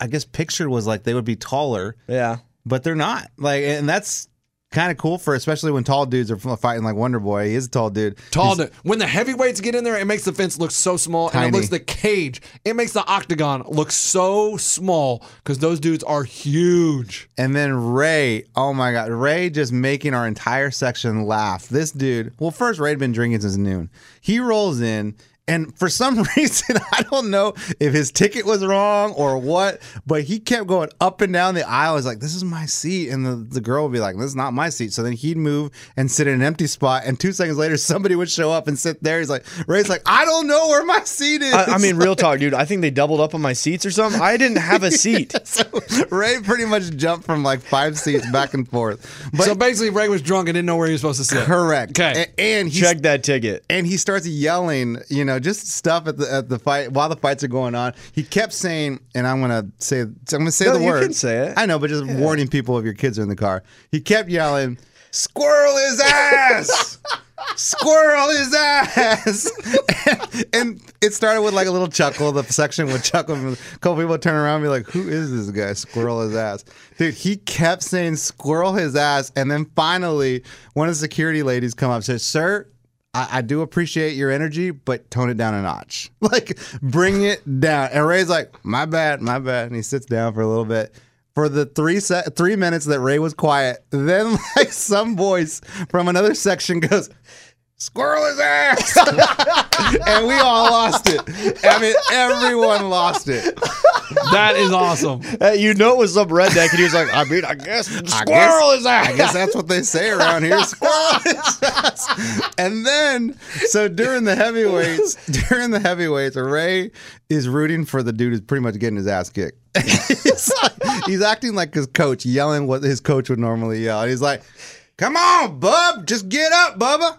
D: I guess pictured was like they would be taller,
B: Yeah.
D: but they're not. Like, and that's kind of cool for especially when tall dudes are fighting like Wonder Boy. He is a tall dude.
C: Tall. dude. When the heavyweights get in there, it makes the fence look so small, and
D: Tiny.
C: it looks the cage. It makes the octagon look so small because those dudes are huge.
D: And then Ray, oh my God, Ray just making our entire section laugh. This dude, well, first, Ray had been drinking since noon. He rolls in, and for some <laughs> reason, I don't know if his ticket was wrong or what, but he kept going up and down the aisle. He's like, This is my seat. And the, the girl would be like, This is not my seat. So then he'd move and sit in an empty spot. And two seconds later, somebody would show up and sit there. He's like, Ray's like, I don't know where my seat is.
B: I, I
D: <laughs>
B: mean, real talk, dude. I think they doubled up on my seats or something. I didn't have <laughs> a seat.
D: Ray pretty much jumped from like five seats back and forth. But
C: so basically, Ray was drunk and didn't know where he was supposed to sit.
D: Correct.
C: Okay.
D: A- and he
B: Check that ticket.
D: and he starts yelling, you know, just stuff at the at the fight while the fights are going on. He kept saying, and I'm gonna say, I'm gonna say
B: No,
D: the
B: you
D: word.
B: can say it.
D: I know, but just warning people if your kids are in the car. He kept yelling, "Squirrel his
B: <laughs>
D: ass." Squirrel his ass, <laughs> and, and it started with like a little chuckle. The section would chuckle. and A couple people would turn around, and be like, "Who is this guy?" Squirrel his ass, dude. He kept saying "squirrel his ass," and then finally, one of the security ladies come up and says, "Sir, I, I do appreciate your energy, but tone it down a notch. <laughs> Like, bring it down. And Ray's like, my bad, my bad. And he sits down for a little bit. For the three se- three minutes that Ray was quiet, then <laughs> like some voice from another section goes, "Squirrel his ass," <laughs> and we all lost it. I mean, everyone lost it.
C: That is awesome.
B: Uh, you know it was some redneck, and he was like, "I mean, I guess
D: I
B: squirrel
D: guess-
B: is that."
D: I guess that's what they say around <laughs> here. Squirrel is ass. And then, so during the <laughs> heavyweights, during the heavyweights, Ray is rooting for the dude who's pretty much getting his ass kicked. <laughs> he's, he's acting like his coach, yelling what his coach would normally yell. He's like, "Come on, bub, just get up, bubba."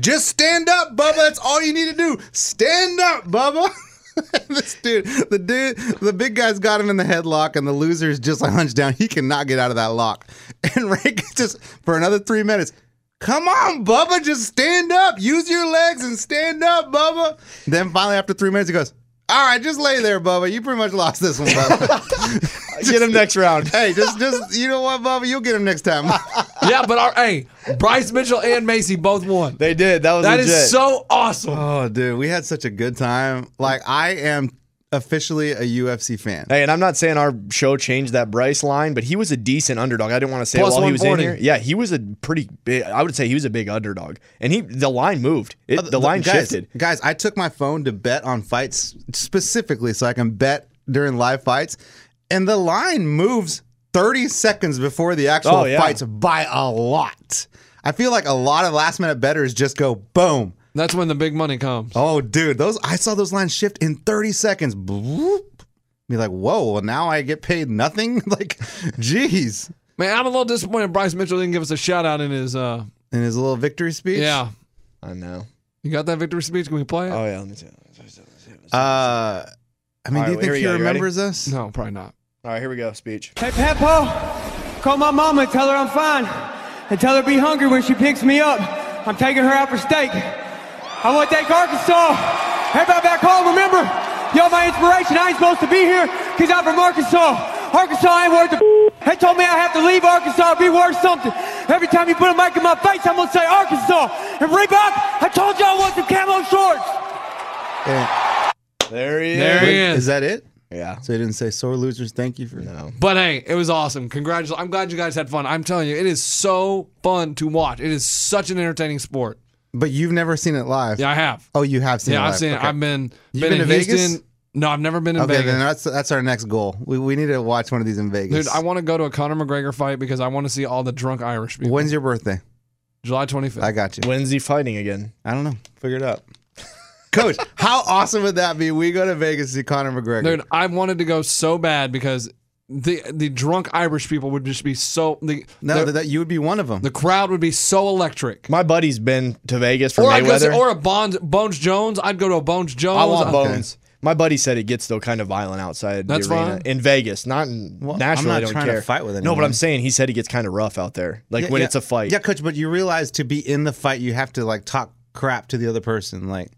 D: Just stand up, Bubba. That's all you need to do. Stand up, Bubba. <laughs> this dude, the dude, the big guy's got him in the headlock, and the loser's just like hunched down. He cannot get out of that lock. <laughs> And Ray just for another three minutes. Come on, Bubba, just stand up. Use your legs and stand up, Bubba. Then finally, after three minutes, he goes, "All right, just lay there, Bubba. You pretty much lost this one, Bubba. <laughs>
B: Get him next round.
D: hey, just, just, you know what, Bubba? You'll get him next time."
C: <laughs>
D: <laughs>
C: yeah, but our hey, Bryce Mitchell and Macy both won.
B: They did. That was
C: That is
B: legit.
C: so awesome.
D: Oh, dude, we had such a good time. Like, I am officially a UFC fan.
B: Hey, and I'm not saying our show changed that Bryce line, but he was a decent underdog. I didn't want to say it
C: Plus
B: while he was in
C: 140.
B: here. Yeah, he was a pretty big. I would say he was a big underdog, and he the line moved. It, the, line
D: guys,
B: shifted.
D: Guys, I took my phone to bet on fights specifically so I can bet during live fights, and the line moves 30 seconds before the actual
B: Oh, yeah.
D: fights by a lot. I feel like a lot of last minute betters just go boom.
C: That's when the big money comes.
D: Oh, dude, those I saw those lines shift in 30 seconds. Bloop. Be like, whoa! Well, now I get paid nothing. <laughs> like, jeez.
C: Man, I'm a little disappointed Bryce Mitchell didn't give us a shout out in his uh
D: In his little victory speech.
C: yeah.
B: I know.
C: You got that victory speech? Can we play it?
B: Oh yeah. Let me see.
D: Uh, I mean,
B: All right,
D: do you
B: here
D: think
B: we
D: he
B: go. You ready?
D: remembers us?
C: No, probably not.
B: All right, here we go. Speech.
F: Hey, Peppo, call my mama and tell her I'm fine. And tell her to be hungry when she picks me up. I'm taking her out for steak. I want to take Arkansas. Everybody back home, remember, y'all my inspiration. I ain't supposed to be here because I'm from Arkansas. Arkansas ain't worth the They told me I have to leave Arkansas to be worth something. Every time you put a mic in my face, I'm going to say Arkansas. And Reebok, I told y'all I want some camo shorts.
B: There he
C: There he
D: Is
C: is.
D: that it?
B: Yeah.
D: So he didn't say sore losers. Thank you for no.
C: But hey, it was awesome. Congratulations. I'm glad you guys had fun. I'm telling you, it is so fun to watch. It is such an entertaining sport.
D: But you've never seen it live.
C: Yeah, I have.
D: Oh, you have seen.
C: yeah,
D: it
C: I've
D: live.
C: seen it.
D: Okay.
C: I've been
D: You
C: been,
D: been
C: in
D: to
C: Houston.
D: Vegas?
C: No, I've never been in
D: Okay,
C: Vegas.
D: then that's that's our next goal. We, we need to watch one of these in Vegas.
C: Dude, I want to go to a Conor McGregor fight because I want to see all the drunk Irish people.
D: When's your birthday?
C: July 25th.
D: I got you.
B: When's he fighting again?
D: I don't know. Figure it out. Coach, how awesome would that be? We go to Vegas to see Conor McGregor.
C: Dude, I wanted to go so bad because the the drunk Irish people would just be so the
D: no,
C: the,
D: that, that you would be one of them.
C: the crowd would be so
B: <laughs>
C: electric.
B: My buddy's been to Vegas for
C: Or I'd go
B: Mayweather.
D: Oh,
C: to, or a Bones Bones Jones. I'd go to a Bones Jones.
B: I want Bones. My buddy said it gets though kind of violent outside
A: That's
B: the arena
A: fine.
B: in Vegas, not in
D: Well,
B: Nashville.
D: I'm not
B: I don't
D: trying to
B: care.
D: fight with
B: No, but
D: anyone.
B: I'm saying he said he gets kind of rough out there, like
D: Yeah,
B: when
D: yeah.
B: it's a fight.
D: Yeah, coach, but you realize to be in the fight, you have to like talk crap to the other person. Like,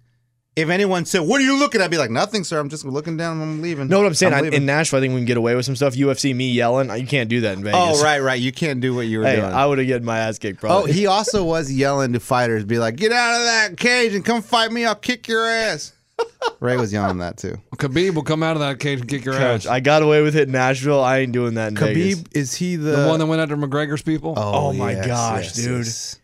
D: if anyone said, "What are you looking at?" I'd be like, "Nothing, sir. I'm just looking down. I'm leaving."
B: No, what I'm saying I,
D: leaving.
B: in Nashville, I think we can get away with some stuff. UFC, me yelling, you can't do that in Vegas.
D: oh, right, right. You can't do what you were
B: <laughs> Hey,
D: doing.
B: I would have gotten my ass kicked.
D: oh,
B: Probably. <laughs>
D: he also was yelling to fighters, be like, "Get out of that cage and come fight me. I'll kick your
B: <laughs>
D: ass." Ray was yelling that too.
A: Khabib will come out of that cage and kick your
B: Coach,
A: ass.
B: I got away with it in Nashville. I ain't doing that in Vegas.
D: Khabib is he the,
A: the one that went after McGregor's people.
B: Oh my gosh, dude.
D: yes.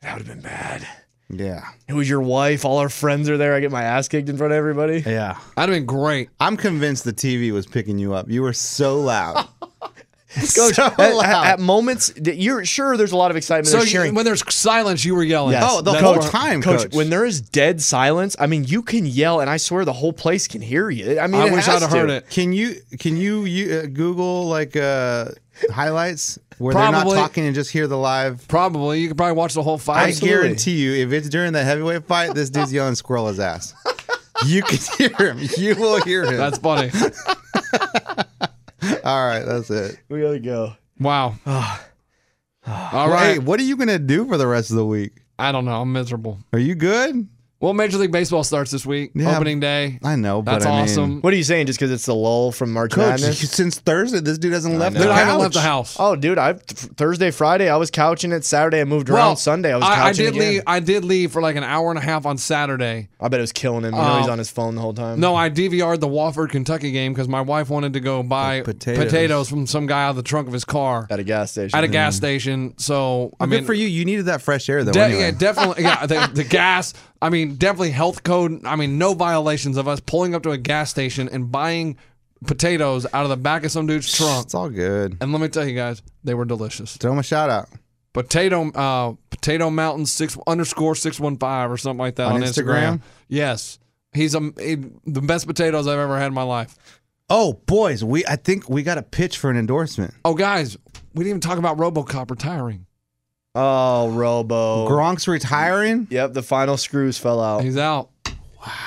B: That would have been bad.
D: Yeah,
B: It was your wife. All our friends are there. I get my ass kicked in front of everybody.
D: yeah.
A: That'd have been great.
D: I'm convinced the TV was picking you up. You were
B: <laughs>
D: so loud.
B: Coach,
D: so
B: <laughs> at, at- at moments, that you're sure there's a lot of excitement.
A: So
B: there's
A: you-
B: cheering.
A: when there's silence, you were yelling.
B: Yes.
D: Oh, the
A: That's
D: whole
A: where-
D: time,
B: Coach,
D: coach.
B: when there is dead silence, I mean, you can yell, and I swear the whole place can hear you. I mean,
A: I
B: it
A: wish I'd
B: has
A: have heard
B: to.
A: it.
D: Can you can you, you uh, Google like uh, highlights where they're
A: Probably.
D: not talking and just hear the live?
A: Probably you could probably watch the whole fight.
D: I guarantee you, if it's during the heavyweight fight, this dude's yelling "squirrel his ass." You can <laughs> hear him. You will hear him.
A: That's funny. <laughs>
D: All right, that's it.
B: We gotta go.
A: Wow. All
D: Well, Hey,
A: right.
D: what are you gonna do for the rest of the week?
A: I don't know. I'm miserable.
D: Are you good?
A: Well, Major League Baseball starts this week.
D: Yeah.
A: Opening day.
D: I know, but
A: That's
D: I mean-
A: awesome.
B: What are you saying? Just because it's the lull from March
D: Coach,
B: Madness?
D: <laughs> since Thursday, this dude hasn't left.
A: Dude,
D: the
A: I haven't
D: couch.
A: left the house.
B: <laughs> Oh, dude, I Thursday, Friday, I was couching it. Saturday, I moved around. Sunday, I was couching
A: I, did
B: again.
A: leave. I did leave for like an hour and a half on Saturday.
B: I bet it was killing him. You know,
A: Oh.
B: he's on his phone the whole time.
A: No, I DVR'd the Wofford, Kentucky game because my wife wanted to go buy
D: potatoes.
A: potatoes. from some guy out of the trunk of his car
B: at a gas station.
A: at a
D: Mm-hmm.
A: gas station. So I
D: Well,
A: mean,
D: good for you. You needed that fresh air, though.
A: De-
D: anyway.
A: Yeah, definitely. Yeah, the,
D: <laughs>
A: the gas. I mean, definitely health code. I mean, no violations of us pulling up to a gas station and buying potatoes out of the back of some dude's trunk.
D: It's all good.
A: And let me tell you guys, they were delicious.
D: Throw him a shout out
A: Potato, uh, potato mountain six underscore six one five or something like that
D: On
A: on,
D: Instagram?
A: Yes, he's um he- the best potatoes I've ever had in my life.
D: Oh, boys, we I think we got a pitch for an endorsement.
A: Oh, guys, we didn't even talk about RoboCop retiring.
B: oh, Robo.
D: Gronk's retiring.
B: Yep, the final screws fell out.
A: He's out.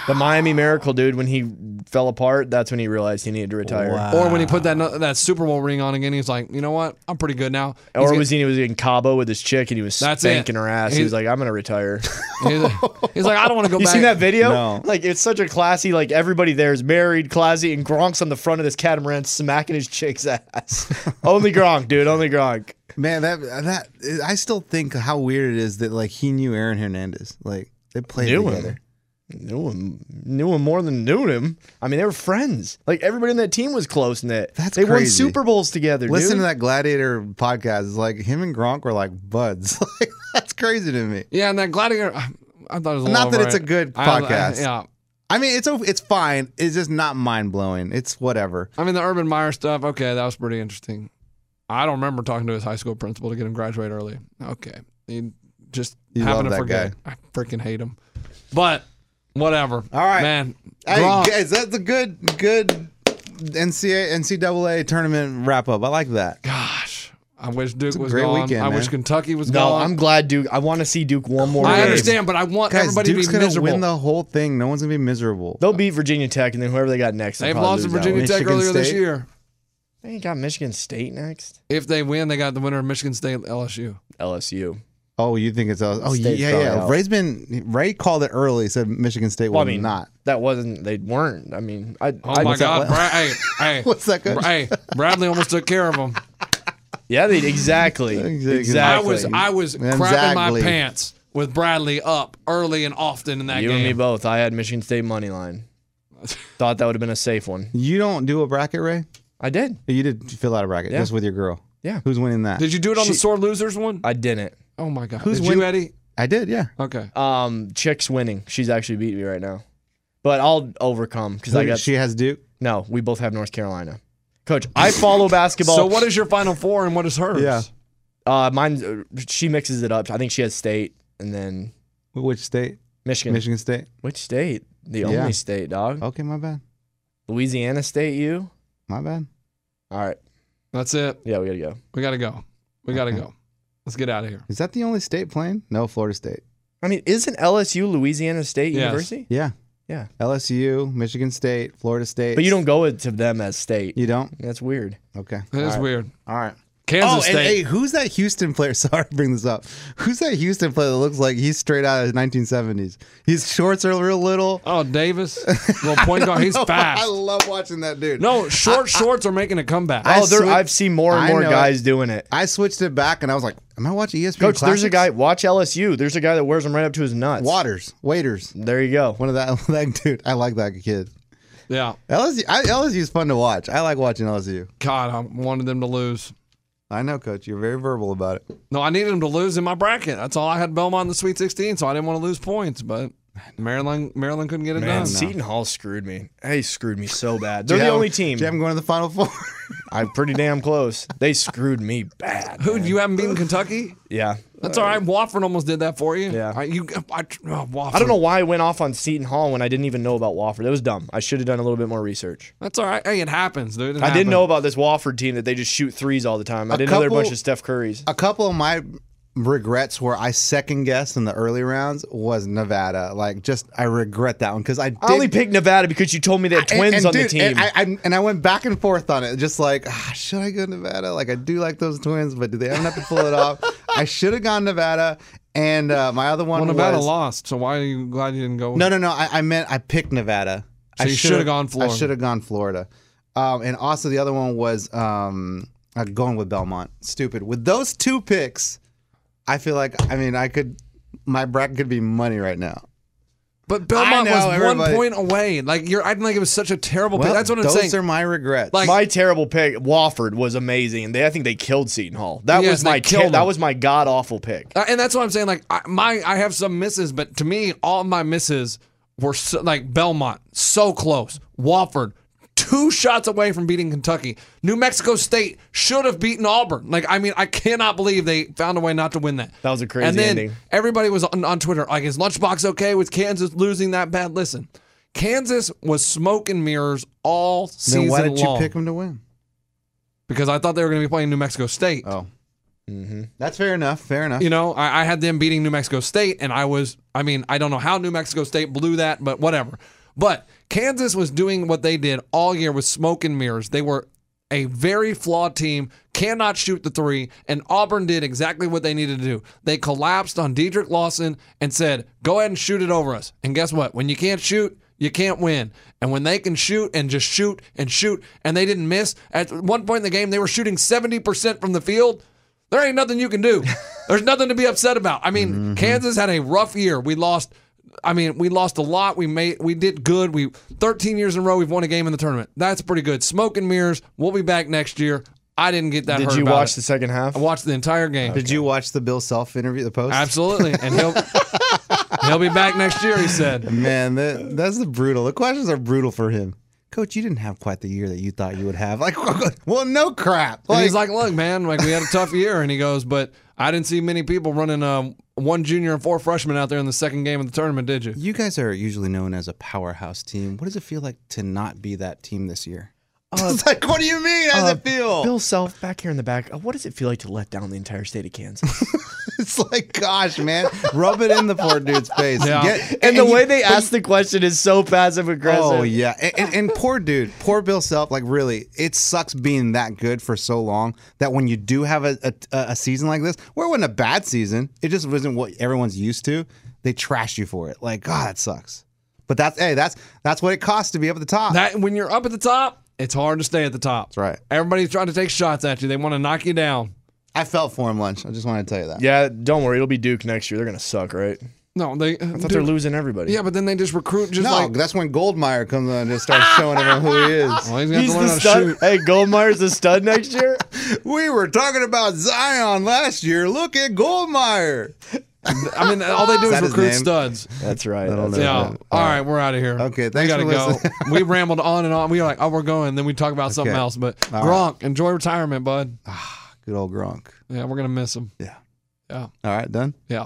B: The Miami Miracle, dude, when he fell apart, that's when he realized he needed to retire.
A: Or when he put that that Super Bowl ring on again, he's like, you know what? I'm pretty good now. He's
B: Or
A: get-
B: was he, he was in Cabo with his chick and he was
A: That's it.
B: spanking her ass. He
A: He-
B: was like, I'm gonna
D: <laughs>
B: retire. <laughs>
A: He's like, he's like, <laughs> I don't want to go
B: you
A: back.
B: seen that video?
D: No.
B: Like it's such a classy, like everybody there is married, classy, and Gronk's on the front of this catamaran smacking his chick's
D: <laughs>
B: ass. only Gronk, dude, only Gronk.
D: Man, that that I still think how weird it is that like he knew Aaron Hernandez. Like they played
B: Knew him.
D: together.
B: Knew him knew him more than knew him. I mean, they were friends. Like everybody in that team was close knit.
D: That's
B: they won
D: crazy.
B: Super Bowls together. dude.
D: Listen to that Gladiator podcast. It's like him and Gronk were like buds. <laughs> Like that's crazy to me.
A: Yeah, and that Gladiator. I, I thought it was a
D: Not
A: little
D: that it's
A: overrated.
D: a good
A: I- I- <laughs>
D: podcast.
A: yeah,
D: I mean, it's o- it's fine. It's just not mind blowing. It's whatever.
A: I mean the Urban Meyer stuff. Okay, that was pretty interesting. I don't remember talking to his high school principal to get him graduate early. Okay, he just
D: You
A: happened
D: love
A: to forget.
D: that
A: I freaking hate him, but whatever.
D: All right.
A: man.
D: Hey
A: Gronk,
D: guys, that's a good good NCAA NCAA tournament wrap up. I like that.
A: gosh, I wish Duke
D: a
A: was
D: great
A: gone.
D: weekend,
A: I wish
D: man.
A: Kentucky was
B: No,
A: gone.
B: I'm glad Duke. I want to see Duke one more.
A: I
B: game.
A: understand, but I want
D: Guys,
A: everybody
D: Duke's
A: to be
D: gonna
A: miserable.
D: win the whole thing. No one's gonna be miserable.
B: They'll beat Virginia Tech, and then whoever they got next. they'll
A: They've
B: probably
A: lost to
B: lose that
A: Virginia
B: one.
A: Tech
D: Michigan
A: earlier this
D: State?
A: year.
B: They ain't got Michigan State next.
A: If they win, they got the winner of Michigan State and LSU.
B: LSU.
D: Oh, you think it's oh
B: State's
D: yeah
B: probably
D: yeah.
B: out.
D: Ray's been Ray called it early. Said Michigan State will
B: Well, I mean,
D: not.
B: that wasn't. They weren't. I mean, I.
A: Oh my
B: I- what's that-
A: God,
B: what-
A: Bra-
D: <laughs>
A: hey, hey,
D: What's that, Coach? <laughs>
A: Hey, Bradley almost took care of him.
B: Yeah, they exactly.
D: <laughs> Exactly.
B: exactly.
A: I was I was crapping my
D: Exactly.
A: pants with Bradley up early and often in that
B: You and me
A: game.
B: both. I had Michigan State
A: <laughs>
B: money line. Thought that would have been a safe one.
D: You don't do a bracket, Ray.
B: I did.
D: You did fill out a bracket
B: Yeah.
D: just with your girl.
B: Yeah.
D: Who's winning that?
A: Did you do it on the
B: She-
A: sore losers one?
B: I didn't.
A: Oh my god.
D: Who's
A: Did you
D: win-
A: Eddie?
D: I did. Yeah.
A: Okay.
B: Um, chick's winning. She's actually beat me right now, but I'll overcome because I
D: Who-
B: got.
D: she has Duke.
B: no, we both have North Carolina. Coach, I follow
A: <laughs>
B: basketball.
A: So what is your final four and what is hers?
D: Yeah.
B: Uh, mine. uh, She mixes it up. I think she has state and then
D: Which state?
B: Michigan.
D: Michigan State.
B: Which state? The
D: Yeah. Oh.
B: only state, dog.
D: Okay, my bad.
B: Louisiana State. You.
D: My bad.
B: All right.
A: That's it.
B: Yeah, we gotta go.
A: We gotta go. We gotta go. Let's get out of here.
D: Is that the only state playing? No, Florida State.
B: I mean, isn't LSU Louisiana State
A: Yes.
B: University?
D: Yeah.
B: Yeah.
D: LSU, Michigan State, Florida State.
B: But you don't go into them as state.
D: You don't?
B: That's weird.
D: Okay.
A: That is weird.
D: All right.
A: Kansas
D: oh, and
A: State.
D: hey, who's that Houston player? <laughs> Sorry to bring this up. Who's that Houston player that looks like he's straight out of the 1970s? His shorts are real little. <laughs>
A: Oh, Davis. Well, point guard. He's
D: I
A: fast.
D: love watching that dude.
A: No, short shorts are making a comeback.
D: I
B: oh, there,
D: swi-
B: I've seen more and
D: I
B: more
D: know
B: guys
D: it.
B: doing it.
D: I switched it back and I was like, am I watching E ESPN
B: Coach, there's a guy.
D: Classics?
B: Watch LSU. There's a guy that wears them right up to his nuts.
D: Waters, Waiters.
B: There you go.
D: One of that, <laughs> that dude. I like that kid.
A: yeah.
D: LSU, I, LSU is fun to watch. I like watching LSU.
A: God, I wanted them to lose.
D: I know, Coach. You're very verbal about it.
A: No, I needed them to lose in my bracket. That's all I had Belmont in the Sweet 16, so I didn't want to lose points. But Maryland, Maryland couldn't get it
B: Man,
A: done.
B: Seton Hall screwed me. They screwed me so bad. They're
D: Do you
B: the
D: have-
B: only
D: Do you have
B: team.
D: him going to the Final Four? <laughs>
B: I'm pretty damn close. They screwed me bad.
A: Who you haven't beaten Kentucky?
B: <laughs> Yeah.
A: That's all right. Wofford almost did that for you.
B: Yeah.
A: I, you, I, oh, Wofford.
B: I don't know why I went off on Seton Hall when I didn't even know about Wofford. That was dumb. I should have done a little bit more research.
A: That's all right. Hey, it happens, dude. It
B: I didn't
A: happened.
B: know about this Wofford team that they just shoot threes all the time. I
D: A
B: didn't know they were a bunch
D: couple-
B: of Steph Currys.
D: a couple of my regrets where I second guessed in the early rounds was Nevada. Like, just I regret that one because I did.
B: I only picked Nevada because you told me they had
D: and-
B: twins
D: and
B: on the
D: dude,
B: team.
D: and I, I- and I went back and forth on it, just like ah, should I go Nevada? Like I do like those twins, but do they have enough to pull it off? I should have gone Nevada. And uh, my other one
A: Well,
D: was
A: Nevada lost, so why are you glad you didn't go?
D: No, no, no. I, I meant I picked Nevada.
A: So
D: I
A: you
D: shoulda-
A: shoulda gone Florida.
D: I should have gone Florida. Um, and also the other one was um, uh, going with Belmont. Stupid. With those two picks, I feel like I mean I could my bracket could be money right now.
A: But Belmont
D: I know,
A: was
D: everybody-
A: one point away. Like you're acting like it was such a terrible pick. That's what I'm
D: those
A: saying.
D: are my regrets.
A: Like-
B: my terrible pick, Wofford, was amazing, and they I think they killed Seton Hall. That
A: Yes,
B: was
A: they
B: my
A: killed
B: ter- that
A: them.
B: was my god awful pick.
A: Uh, and that's what I'm saying. Like I, my, I have some misses, but to me, all my misses were so, like Belmont, so close. Wofford, two shots away from beating Kentucky. New Mexico State should have beaten Auburn. Like I mean, I cannot believe they found a way not to win that.
B: That was a crazy
A: And then
B: ending.
A: everybody was on, on Twitter like, "Is Lunchbox okay with Kansas losing that bad?" Listen, Kansas was smoke and mirrors all season
D: then why did you
A: long
D: pick them to win?
A: because I thought they were going to be playing New Mexico State.
D: Oh, that's fair enough. Fair enough.
A: you know, I, I had them beating New Mexico State, and I was, I mean, I don't know how New Mexico State blew that, but whatever. But Kansas was doing what they did all year with smoke and mirrors. They were a very flawed team, cannot shoot the three, and Auburn did exactly what they needed to do. They collapsed on Dedrick Lawson and said, go ahead and shoot it over us. And guess what? When you can't shoot, you can't win. And when they can shoot and just shoot and shoot, and they didn't miss, at one point in the game, they were shooting 70% from the field. There ain't nothing you can do. There's nothing to be upset about. I mean, Kansas had a rough year. We lost. I mean, we lost a lot. We made. We did good. We 13 years in a row we've won a game in the tournament. That's pretty good. Smoke and mirrors. We'll be back next year. I didn't get that.
B: Did
A: hurt
B: you
A: about
B: watch
A: it.
B: the second half?
A: I watched the entire game.
D: Did you watch the Bill Self interview? The post.
A: Absolutely, and he'll he'll be back next year. He said.
D: Man, that, that's the brutal. The questions are brutal for him. Coach, you didn't have quite the year that you thought you would have. Like, <laughs> well, no crap.
A: and he's like, look, man, like we had a tough year, and he goes, but I didn't see many people running um, one junior and four freshmen out there in the second game of the tournament, did you?
D: You guys are usually known as a powerhouse team. What does it feel like to not be that team this year? <laughs> it's like, what do you mean? How does it feel?
B: Bill Self back here in the back. uh, What does it feel like to let down the entire state of Kansas?
D: It's like, gosh, man, <laughs> rub it in the poor dude's face.
A: Yeah.
D: Get-
B: <laughs> and the
D: you-
B: way they
D: but-
B: ask the question is so passive aggressive.
D: Oh yeah, and, and, and poor dude, poor Bill Self. Like really, it sucks being that good for so long that when you do have a, a, a season like this, where it wasn't a bad season, it just wasn't what everyone's used to. They trash you for it. Like God, that sucks. But that's hey, that's that's what it costs to be up at the top.
A: That when you're up at the top, it's hard to stay at the top. That's
D: right.
A: Everybody's trying to take shots at you. They want to knock you down.
D: I felt for him lunch. I just wanted to tell you that.
B: Yeah, don't worry. It'll be Duke next year. They're gonna suck, right?
A: No, they. uh,
B: I thought they're losing everybody.
A: Yeah, but then they just recruit just
D: No,
A: like.
D: that's when Goldmeyer comes on and just starts showing everyone who he is.
A: Well, he's gonna have
B: He's
A: to learn
B: the
A: how to
B: stud.
A: shoot.
B: Hey, Goldmeyer's the stud next year.
D: <laughs> We were talking about Zion last year. Look at Goldmeyer.
A: I
D: <laughs>
A: mean, all they do
D: Is
A: is,
D: that his
A: recruit
D: name?
A: studs.
B: That's right. That's
D: know.
A: Yeah.
D: Yeah.
A: Oh, All right, we're out of here.
D: Okay,
A: we
D: thanks
A: gotta
D: for
A: go.
D: listening.
A: we rambled on and on. We were like, oh, we're going. Then we talk about something
D: Okay.
A: else. But
D: All
A: Gronk, enjoy retirement, bud.
D: Good old Gronk.
A: Yeah, we're gonna miss him.
D: Yeah.
A: Yeah.
D: All right, done.
A: Yeah.